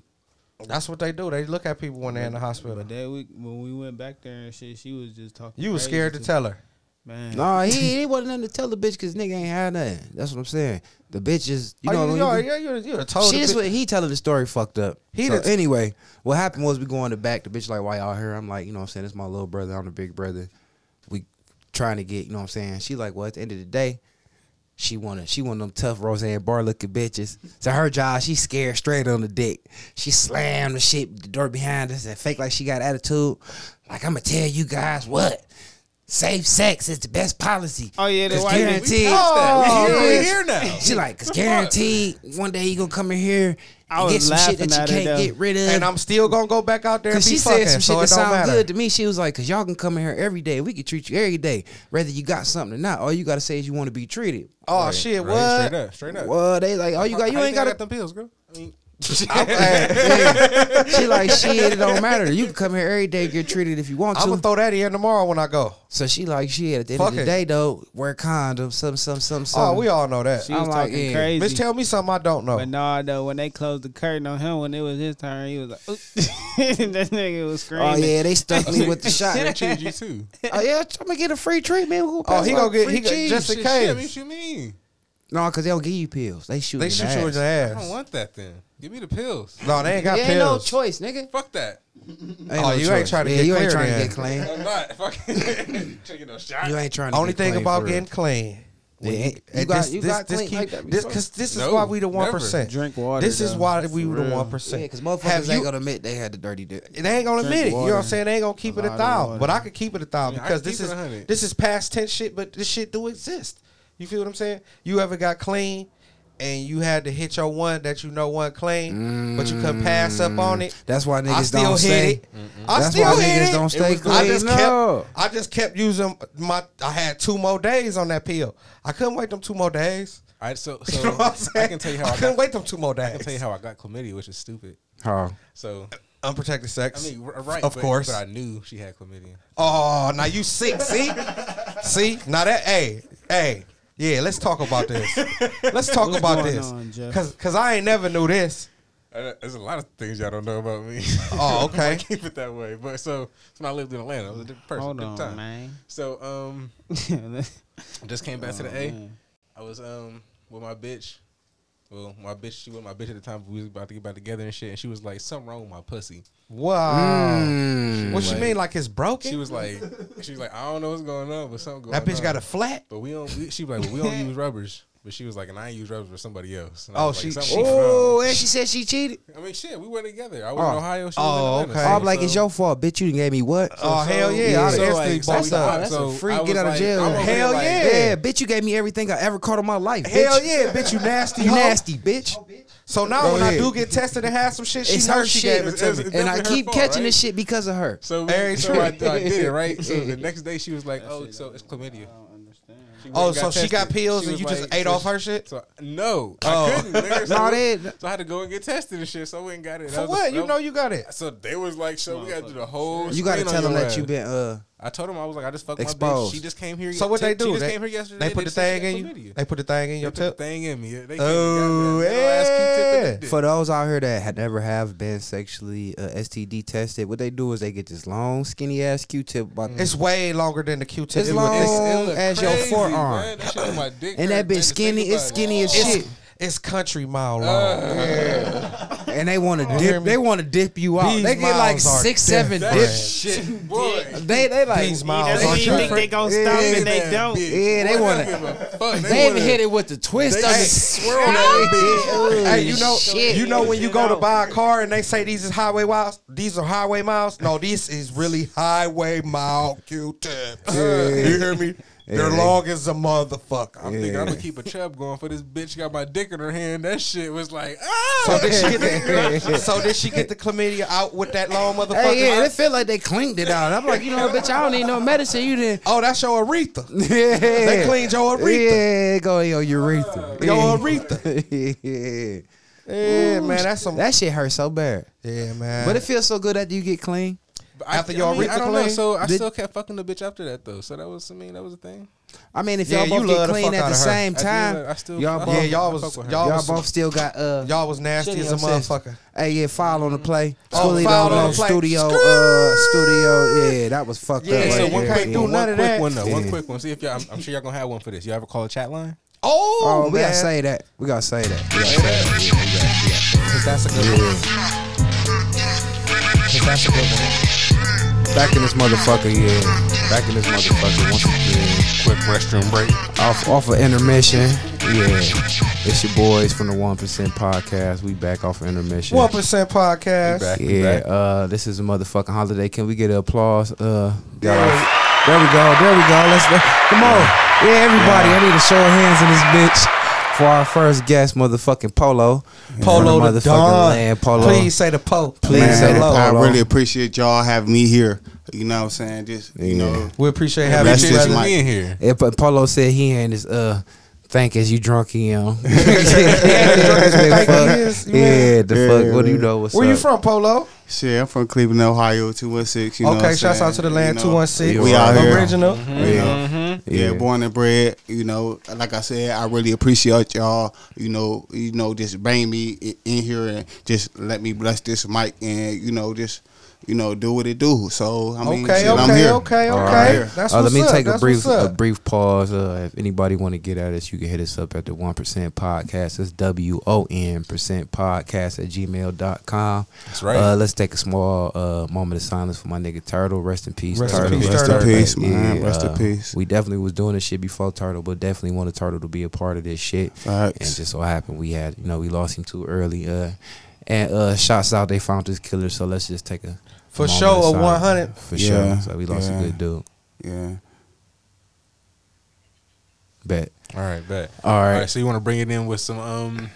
That's what they do. They look at people when they're in the hospital.
but that week when we went back there and shit, she was just talking.
You was
crazy
scared to tell her.
man.
No,
(laughs)
he, he wasn't nothing to tell the bitch because nigga ain't had nothing. That's what I'm saying. The bitch is, you
Oh,
know, when you-
yeah, you, you, you told
Shit,
the
this
bitch-
what he telling the story fucked up.
He
so
done-
anyway, what happened was we go in the back. The bitch like, why y'all here? I'm like, you know what I'm saying? It's my little brother. I'm the big brother. We trying to get, you know what I'm saying? She like, well, at the end of the day, she one of she one of them tough Roseanne Barr looking bitches. So her job, she scared straight on the dick. She slammed the shit the door behind us and fake like she got attitude. Like I'ma tell you guys what. Safe sex is the best policy.
Oh, yeah, the
'Cause
white bitch. We
guaranteed.
passed that. We
Oh,
here- we
yes.
here now.
She like, cause guaranteed one day you gonna come in here
I
and get
was
some shit that
laughing at
you
her,
can't
though.
get rid of.
and I'm still gonna go back out there and
Cause
be
she
fucking.
said some shit
so it
that
don't
sounded
matter.
good to me. She was like, "Cause y'all can come in here every day. We can treat you every day, whether you got something or not. All you gotta say is you want to be treated."
Oh shit,
Right,
what?
Straight up, straight up.
Well, they like, "Oh, you got, you
How
ain't
think I
(laughs)
got."
them pills, girl. I mean,
She like, "Shit, it don't matter. You can come here every day, get treated if you want
I'm
to."
gonna throw that in tomorrow when I go.
so she like, "Shit." At the end
Fuck
of the
it.
day, though, wear condoms, some, some, some, some.
Oh, we all know that.
she
I'm
was
like,
talking
yeah.
crazy.
Bitch, tell me something I don't know.
but nah, though, when they closed the curtain on him, when it was his turn, he was like, "Oop." (laughs) that nigga was screaming.
Oh yeah, they stuck me
(laughs)
(laughs)
with the shot.
They choose you too.
Uh,
Oh yeah, I'm gonna get a free treatment. Who
Oh, he
pass
gonna
out
get
free
he got,
cheese?
just in
Shit, shit, I mean,
case.
what you mean?
No, cause they don't give you pills. They shoot.
They
in
shoot
the
you in
ass.
your
I don't
ass.
want that then. Give me the pills.
No, they ain't got
Yeah,
pills.
ain't no choice, nigga.
Fuck that.
Ain't
Oh,
no
you
choice.
ain't tryna
yeah,
get
you ain't
clear
trying to
then.
get clean.
I'm not fucking (laughs) taking no shot.
You ain't trying. To
Only
get
thing
clean,
about
for
getting
real.
clean.
Yeah,
When
you- you got- you got clean like that
this
before.
because this is
No,
why we the one
never.
percent.
Drink water,
This is
though.
why we
For
the
real.
one
Yeah,
percent.
because motherfuckers
Have
ain't
you-
gonna admit they had the dirty dick.
It ain't gonna
Drink
admit it. You know what I'm
water.
saying? They ain't gonna keep
A
it a
lot of
thousand.
water.
But I could keep it a thousand
Yeah, I
because
can
this
keep it
is
a hundred.
this is past tense shit, but this shit do exist. You feel what I'm saying? You ever got clean and you had to hit your one that you know one clean, but you couldn't pass up on it.
That's why niggas
I still
don't
hit
stay.
it. I
That's
still
why
hit
niggas
it.
don't stay
was the-
clean.
I just
no.
kept I just kept using my I had two more days on that pill. I couldn't wait them two more days.
All right, so,
(laughs) You
so
know what I'm saying?
I can tell you how
I
I,
couldn't
got,
wait them two more days.
I can tell you how I got chlamydia, which is stupid.
Huh.
So
Unprotected
I
sex.
mean, r- right,
Of
but-
course.
but I knew she had chlamydia.
Oh, now you sick. See, see. Now that, hey, hey, yeah. Let's talk about this. Let's talk
What's
about
going
this,
on, Jeff?
cause, cause I ain't never knew this.
Uh, There's a lot of things y'all don't know about me.
Oh,
(laughs)
okay.
I keep it that way. But so, so when I lived in Atlanta, I was a different person,
Hold
different
on,
time.
man.
So um,
(laughs)
just came back to the A. I
Oh, man.
was um with my bitch. Well, my bitch, she was my bitch at the time. We was about to get back together and shit, and she was like, "Something wrong with my pussy."
Wow. what
Like-
you mean? Like it's broken?
She was like, "She was like, I don't know what's going on, but something going
that
on."
bitch got a flat.
But we don't. We, she was like, well, "We don't
(laughs)
use rubbers." But she was like, "And I ain't use rubbers for somebody else." And I
Oh,
was
she-
like, "Something
she-
wrong."
Oh, and she said she cheated.
I mean, shit, we were together. I was in
Oh.
Ohio. She
Oh,
was in Atlanta.
okay.
Oh, I'm like,
so-
it's your fault, bitch. You done gave me what?
Oh, hell yeah.
yeah. So,
I instantly
like, so
bumped
that's, a,
up.
that's
So
a free
I
get
was
out of
like,
jail.
I'm over here
Hell
like-
yeah.
yeah, bitch. You gave me everything I ever caught in my life.
Hell
bitch.
yeah, bitch, you nasty,
You
hoe.
nasty, bitch.
So now
Go
when I
ahead.
do get tested and have some shit, she
It's her
knows she
shit,
gave it to me.
It's
and I
definitely her
keep
fault,
catching
right?
this shit because of her.
So,
Very
we, so
true.
I, I did it right. So the next day she was like, "Oh, so it's chlamydia." She went
Oh,
and
so she got
tested.
pills
She
and
was
you just
like-
ate
so
off
she-
her shit?
So no,
Oh.
I couldn't. nigga. So,
No, that-
so I had to go and get tested and shit. So I went and got it.
For what? You know you got it.
So they was like, "So we got to do the whole."
You gotta
screen on
tell them
your
that you
ass.
been uh.
I told them I was like, "I just fucked my bitch.
Exposed.
She just came here.
So what
she-
they do?
She just
they,
came here yesterday.
they put the
just said
thing
she
in
had
you.
chlamydia.
They put the thing in
They
your
put the
tip.
thing in me. They- they-
Oh,
they- they ass keep tipping
yeah.
the dick.
For those out here that had never have been sexually uh, STD tested, what they do is they get this long, skinny ass Q-tip, about
It's way longer than the Q-tip.
It's
It
long.
was- it's-
long
look
as your forearm.
man. That shit on my dick
and
hurt,
that
man,
bitch
just
skinny.
think
It's
about it.
skinny as
It's,
shit.
it's country mile long.
And and they want to
You hear
dip.
me?
They want to dip you out.
These
they get like
miles are
six, seven
different.
dips.
shit, boy.
They they like
These
He
miles
doesn't
are
even
different.
think they gonna stop
Yeah,
and they
that
don't.
bitch.
Yeah, they
Boy,
wanna-
give a fuck.
They even
wanna-
hit it with the twist
They
of it.
swirl that bitch.
Yeah.
Hey, you know,
Shit.
you know when you
Shit
go to
out.
buy a car and they say these is highway miles. These are highway miles. No, this is really highway mile
(laughs)
Q-tips. You hear me? They're
Yeah.
long as a motherfucker.
I'm thinking
Yeah.
I'm gonna keep a trap going for this bitch. Got my dick in her hand. That shit was like, ah.
So did she get
(laughs)
the, so did she get the chlamydia out with that long motherfucker?
Hey, yeah, it felt like they clinked it out. I'm like, you know, bitch, I don't need no medicine. You didn't.
Oh, that's your urethra.
Yeah. They
cleaned your urethra.
Yeah, go your urethra.
Your urethra.
(laughs) yeah.
Yeah, man, that's some.
That shit hurts so bad.
yeah, man.
But it feels so good after you get clean.
But I-
After
I
y'all
mean,
read
I
the
don't know.
claim?
So I
Did-
still kept fucking the bitch after that though. So that was I mean that was a thing.
I mean, if
Yeah,
y'all
you
both
love
get
the
clean
fuck
at the
outta her.
same
I do,
time,
I still-
y'all
I
both,
yeah, y'all
I
was
fuck with her.
y'all,
y'all
was
both still got uh,
y'all was nasty
Shitty
as a
obsession.
motherfucker.
Hey, yeah, foul on the play.
Oh,
Squillied
foul
over
on
on
the play.
studio. Uh,
Skirt.
studio. Yeah, that was fucked
Yeah,
up.
so
right
one
there.
can't do
Yeah.
nothing. none
one quick one
of that.
though. One
Yeah.
quick one. See if y'all. I'm, I'm sure y'all gonna have one for this. You ever call a chat line?
Oh,
Oh, we
man,
gotta say that. We gotta say that.
that's a good one. That's a good one.
Back in this motherfucker, yeah. Back in this motherfucker once again.
Quick restroom break.
Off, off of intermission, yeah. It's your boys from the One Percent Podcast. We back off of intermission.
One percent podcast.
Back,
Yeah,
back.
uh, this is a motherfucking holiday. Can we get an applause? Uh, guys? There we go. There we go. Let's let, come on. Yeah, everybody. I need a show of hands in this bitch for our first guest, motherfucking Polo.
Polo
From
the
the
Don.
motherfucking land, Polo.
Please say the po.
Please
Man,
say the
hello.
I
Polo.
really appreciate y'all having me here. You know what I'm saying? Just you
Yeah.
know,
We appreciate having
That's
you.
just
brother.
my-
in here.
Yeah, but Polo said he ain't his uh. Thank as you drunk (laughs)
(laughs)
him. yeah,
Thank
the
yous,
fuck.
you mean?
Yeah, the fuck.
Yeah,
what do you
man.
know? What's
Where
up?
you from, Polo?
shit. I'm from Cleveland, Ohio, two one six. You know.
okay,
what
shouts
I'm
out to the
saying?
land
You
two
know,
one six.
We out here. Mm-hmm.
Original.
Mm-hmm.
You know, yeah.
Yeah.
born and bred. You know, like I said, I really appreciate y'all. You know, you know, just bring me i- in here and just let me bless this mic and you know just. You know, do what it do. So I mean,
Okay,
shit, I'm
okay,
here.
okay,
I'm
okay.
here.
That's
Uh, let
what's
me
up.
take
That's
a brief
what's
a
up.
brief pause. Uh, if anybody want to get at us, you can hit us up at the one percent podcast. It's W O N percent podcast at gmail.com.
That's right.
Uh, let's take a small uh, moment of silence for my nigga Turtle. Rest in peace,
Rest in
Turtle.
peace,
Rest in
Turtle.
peace, man. Rest in
uh,
peace.
We definitely was doing this shit before Turtle, but definitely wanted Turtle to be a part of this shit.
Facts.
And just so happened we had, you know, we lost him too early. Uh, and uh, shots out, they found this killer. So let's just take a
For
moment
sure,
of
a
silence.
100.
For
Yeah,
sure. So we lost
yeah.
a good dude.
Yeah.
Bet.
All right, bet.
All right.
So you want to bring it in with some um,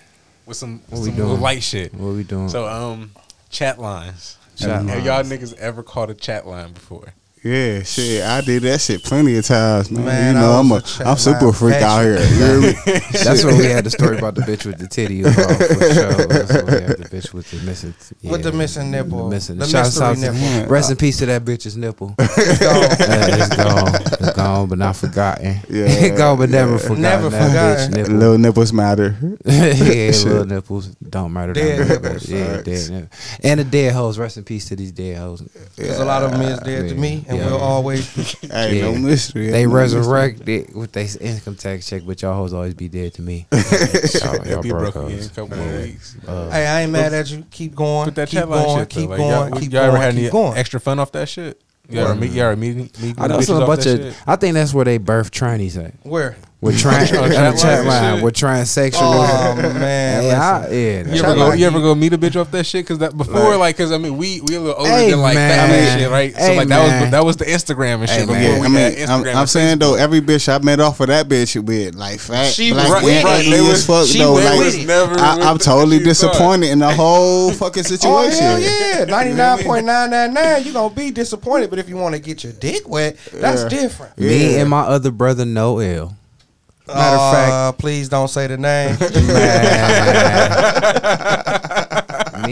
with some
What we
some little
doing?
light shit.
What we doing?
So um, chat lines.
Chat
Have
lines.
y'all niggas ever called a chat line before?
Yeah, shit, I did that shit plenty of times, man.
Man,
you
I
know, I'm a,
was a
I'm super
child
freak out here. You hear me?
(laughs)
That's when we had the story about the bitch with the titty as well, for sure. That's when we had the bitch with the missing, yeah,
With the missing nipple.
missing.
The
Shout
mystery
out to-
nipple.
Rest in peace to that bitch's
(laughs)
nipple. Uh, (laughs)
Yo,
it's gone, it's gone, but not forgotten.
Yeah,
It's (laughs) gone, but never
yeah.
forgotten.
Never
that
forgotten.
Bitch nipple.
Little nipples matter.
(laughs) yeah,
Shit.
little nipples don't matter. don't
Dead
matter.
nipples.
Yeah,
Facts.
dead nipples. And the dead hoes. Rest in peace to these dead hoes.
There's a lot of men dead to
Yeah.
me, and
Yeah.
we'll always.
Ain't no
Yeah.
mystery.
They
ain't no
resurrected with their income tax check, but y'all hoes always be dead to me. (laughs) y'all,
It'll
y'all
be
broke
broken in a
hoes.
couple more weeks.
Uh,
Hey, I ain't mad at you. Keep going.
But that
keep
chat line
going.
shit, though,
Keep
like,
going.
y'all,
keep
y'all
going.
ever had
keep
any
going.
extra fun off that shit? Y'all ever meet? Y'all ever meet? meet
I know
bitches
some
off
bunch
that
of.
shit?
I think that's where they birth trannies
(laughs)
at.
Where?
We're trying
Oh,
on
chat
the chat
line
line.
shit.
We're transsexual.
Oh man,
yeah, I, yeah.
listen.
You
that's-
ever,
Chat
go,
line.
you ever go meet a bitch off that shit? Cause that before, like,
Like-
cause I mean, we we a little older
Hey,
than like that
man.
shit, right? So
Hey,
like that
man.
was that was the Instagram and
Hey,
shit before
man.
Yeah,
we
I
had
mean,
Instagram.
I'm, I'm
and
saying
Facebook.
though, every bitch I met off of that bitch with, like, fat,
She
black,
was
women,
with it.
ugly
They
as
was-
fuck
she
though.
was
Like,
with it.
Never with
I, I'm
the-
totally
she thought.
disappointed in
(laughs)
the whole fucking
Oh
situation.
hell yeah, ninety nine point nine nine nine. You gonna be disappointed, but if you want to get your dick wet, that's
Yeah.
different.
Me
Yeah.
and my other brother Noel. Matter of fact,
Uh, please don't say the name.
man.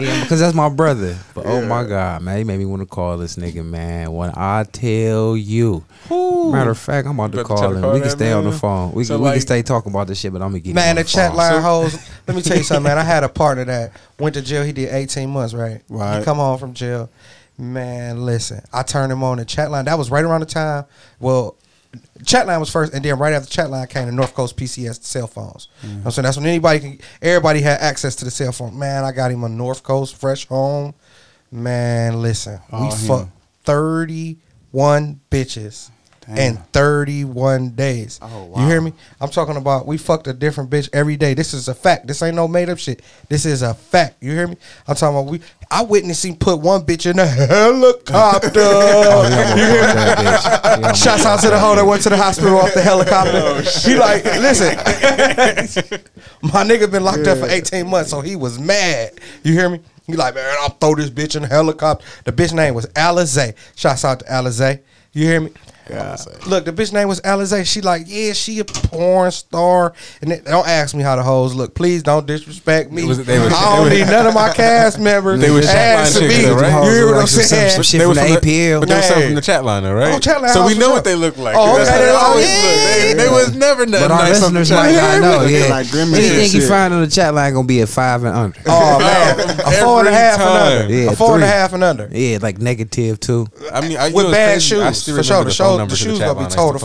(laughs) Me and- Cause that's my brother, but oh my god, man, he made me want to call this nigga, man. When I tell you, matter of fact, I'm about to
Better
call
tell-
him.
call
we can
that
stay on the
man.
phone. We,
So,
can, we
like-
can stay talking about this shit, but I'm gonna get him on
Man, the chat
phone. (laughs)
line hoes. Let me tell you something, man. I had a partner that went to jail. He did 18 months, right? He
Right.
come home from jail. Man, listen. I turned him on the chat line. That was right around the time. Well, Chatline was first, and then right after Chatline came the North Coast PCS cell phones. You know what I'm saying that's when anybody can, everybody had access to the cell phone. Man, I got him a North Coast fresh home. Man, listen, we
All him.
fucked 31 bitches in 31 days.
Oh,
You hear
wow.
me? I'm talking about we fucked a different bitch every day. This is a fact. This ain't no made up shit. This is a fact. You hear me? I'm talking about we. I witnessed him put one bitch in a (laughs) helicopter.
yeah,
you hear me?
Yeah,
(laughs) Shouts out to the hoe that went to the hospital off the helicopter.
Oh,
he
(laughs)
like, listen, my nigga been locked up for 18 months, so he was mad. You hear me? He like, man, I'll throw this bitch in the helicopter. The bitch name was Alize. Shouts out to Alize. You hear me? Look, the bitch name was Alize. She like, yeah, she a porn star. And they- don't ask me how the hoes look. Please don't disrespect me.
It was- they was-
I don't
they
need
was-
none of my cast
(laughs)
members.
They was
ask
Shetland
me.
chicks, though, right?
You hear what I'm
Some-
saying?
some shit
They
from
were
the APL.
But they were
Hey.
something from the chat line, though, right?
Oh, chat line,
so we
how's
know
it
what
up?
they look like.
Oh, okay,
That's how
they
they
always
always
look.
look. They, they was never nothing
But our
nice on the
listeners
chat
might not
line.
know.
Looking
Yeah,
like Grimace and
anything you
shit.
find on the chat line gonna be a five and under.
(laughs) Oh man, a four and
(laughs) Every
a half and
time.
under.
Yeah,
a four and a
three.
half and under.
Yeah, like negative too.
I mean, I, you know,
With
it's
bad
crazy. I
shoes,
still
for
remember the
sure. The, show,
phone
the
number to
shoes
chat
gonna
line
be
I
told
used
to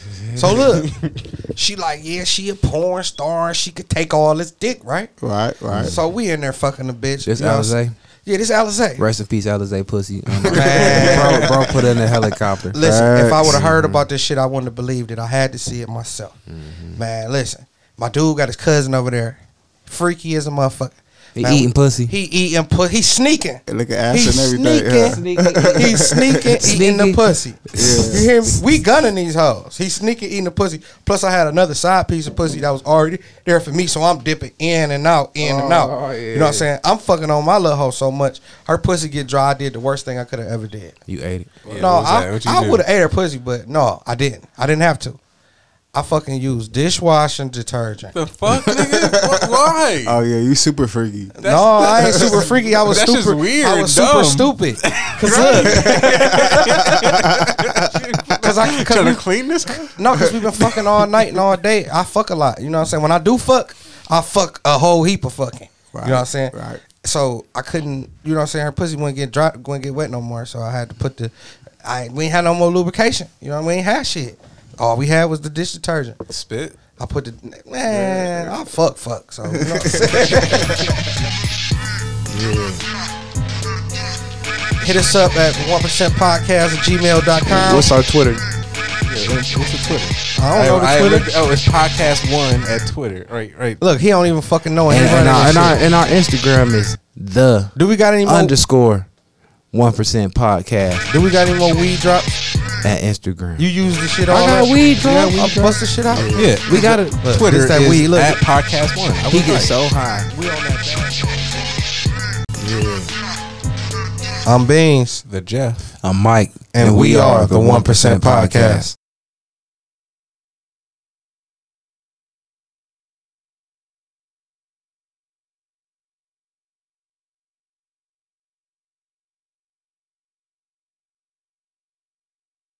fuck
follow.
up. So look,
(laughs)
she like, yeah, she a porn star. She could take all this dick, right?
Right, right.
So we in there fucking the bitch.
This
you know what I'm
Alize?
saying? Yeah, this Alize.
Rest in peace, Alize
(laughs)
pussy. Um, bro,
Man.
bro, put her in the helicopter.
Listen, if I
Facts. Mm-hmm.
would have heard about this shit, I wouldn't have believed it. I had to see it myself.
Mm-hmm.
Man, listen, my dude got his cousin over there, freaky as a motherfucker.
He eating pussy.
He eating pussy. He's sneaking.
Look at ass
He's
and everything.
sneaking. (laughs) He's sneaking, eating the
Sneaky.
pussy.
Yeah.
You hear me? We gunning these hoes. He's sneaking, eating the pussy. Plus, I had another side piece of pussy that was already there for me, so I'm dipping in and out, in and out.
Oh, yeah.
You know what I'm saying? I'm fucking on my little hoe so much. Her pussy get dry. I did the worst thing I could have ever did.
you ate it.
Yeah,
no,
what was that?
I,
What you
I
do?
would have ate her pussy, but no, I didn't. I didn't have to. I fucking used dishwashing detergent.
The fuck, nigga? What- (laughs) Why?
Oh yeah, you super freaky.
no, I ain't super freaky. I
(laughs)
was
that's
super
just weird,
I was
dumb.
super stupid. Cause look,
(laughs)
cause I cause
Trying
we-
to clean this?
(laughs) No, because we've been fucking all night and all day. I fuck a lot. You know what I'm saying? When I do fuck, I fuck a whole heap of fucking. you
Right,
know what I'm saying?
right.
So I couldn't, you know what I'm saying? Her pussy wouldn't get dry, wouldn't get wet no more. So I had to put the, I we ain't had no more lubrication. You know, we ain't had shit. All we had was the dish detergent.
Spit.
I put the man. I fuck fuck. So you know what I'm saying? hit us up at one percent podcast at gmail.com.
our Twitter?
I don't know the
I,
Twitter.
looked- oh, it's podcast one at Twitter. Right, right.
Look, he don't even fucking know.
And,
he's
and,
running
our,
this
and,
shit.
our, and our Instagram is the
Do we got any more?
underscore one percent podcast
do we got any more weed drops?
at Instagram.
You use the shit all
got
up?
weed drop.
Yeah,
Weed
I bust the shit out.
Yeah,
we got it.
Twitter
it's that
is
weed. Look.
at podcast one. I
He
was
gets
right.
so high.
I'm Beans,
the Jeff.
I'm Mike,
and, we are the One Percent Podcast.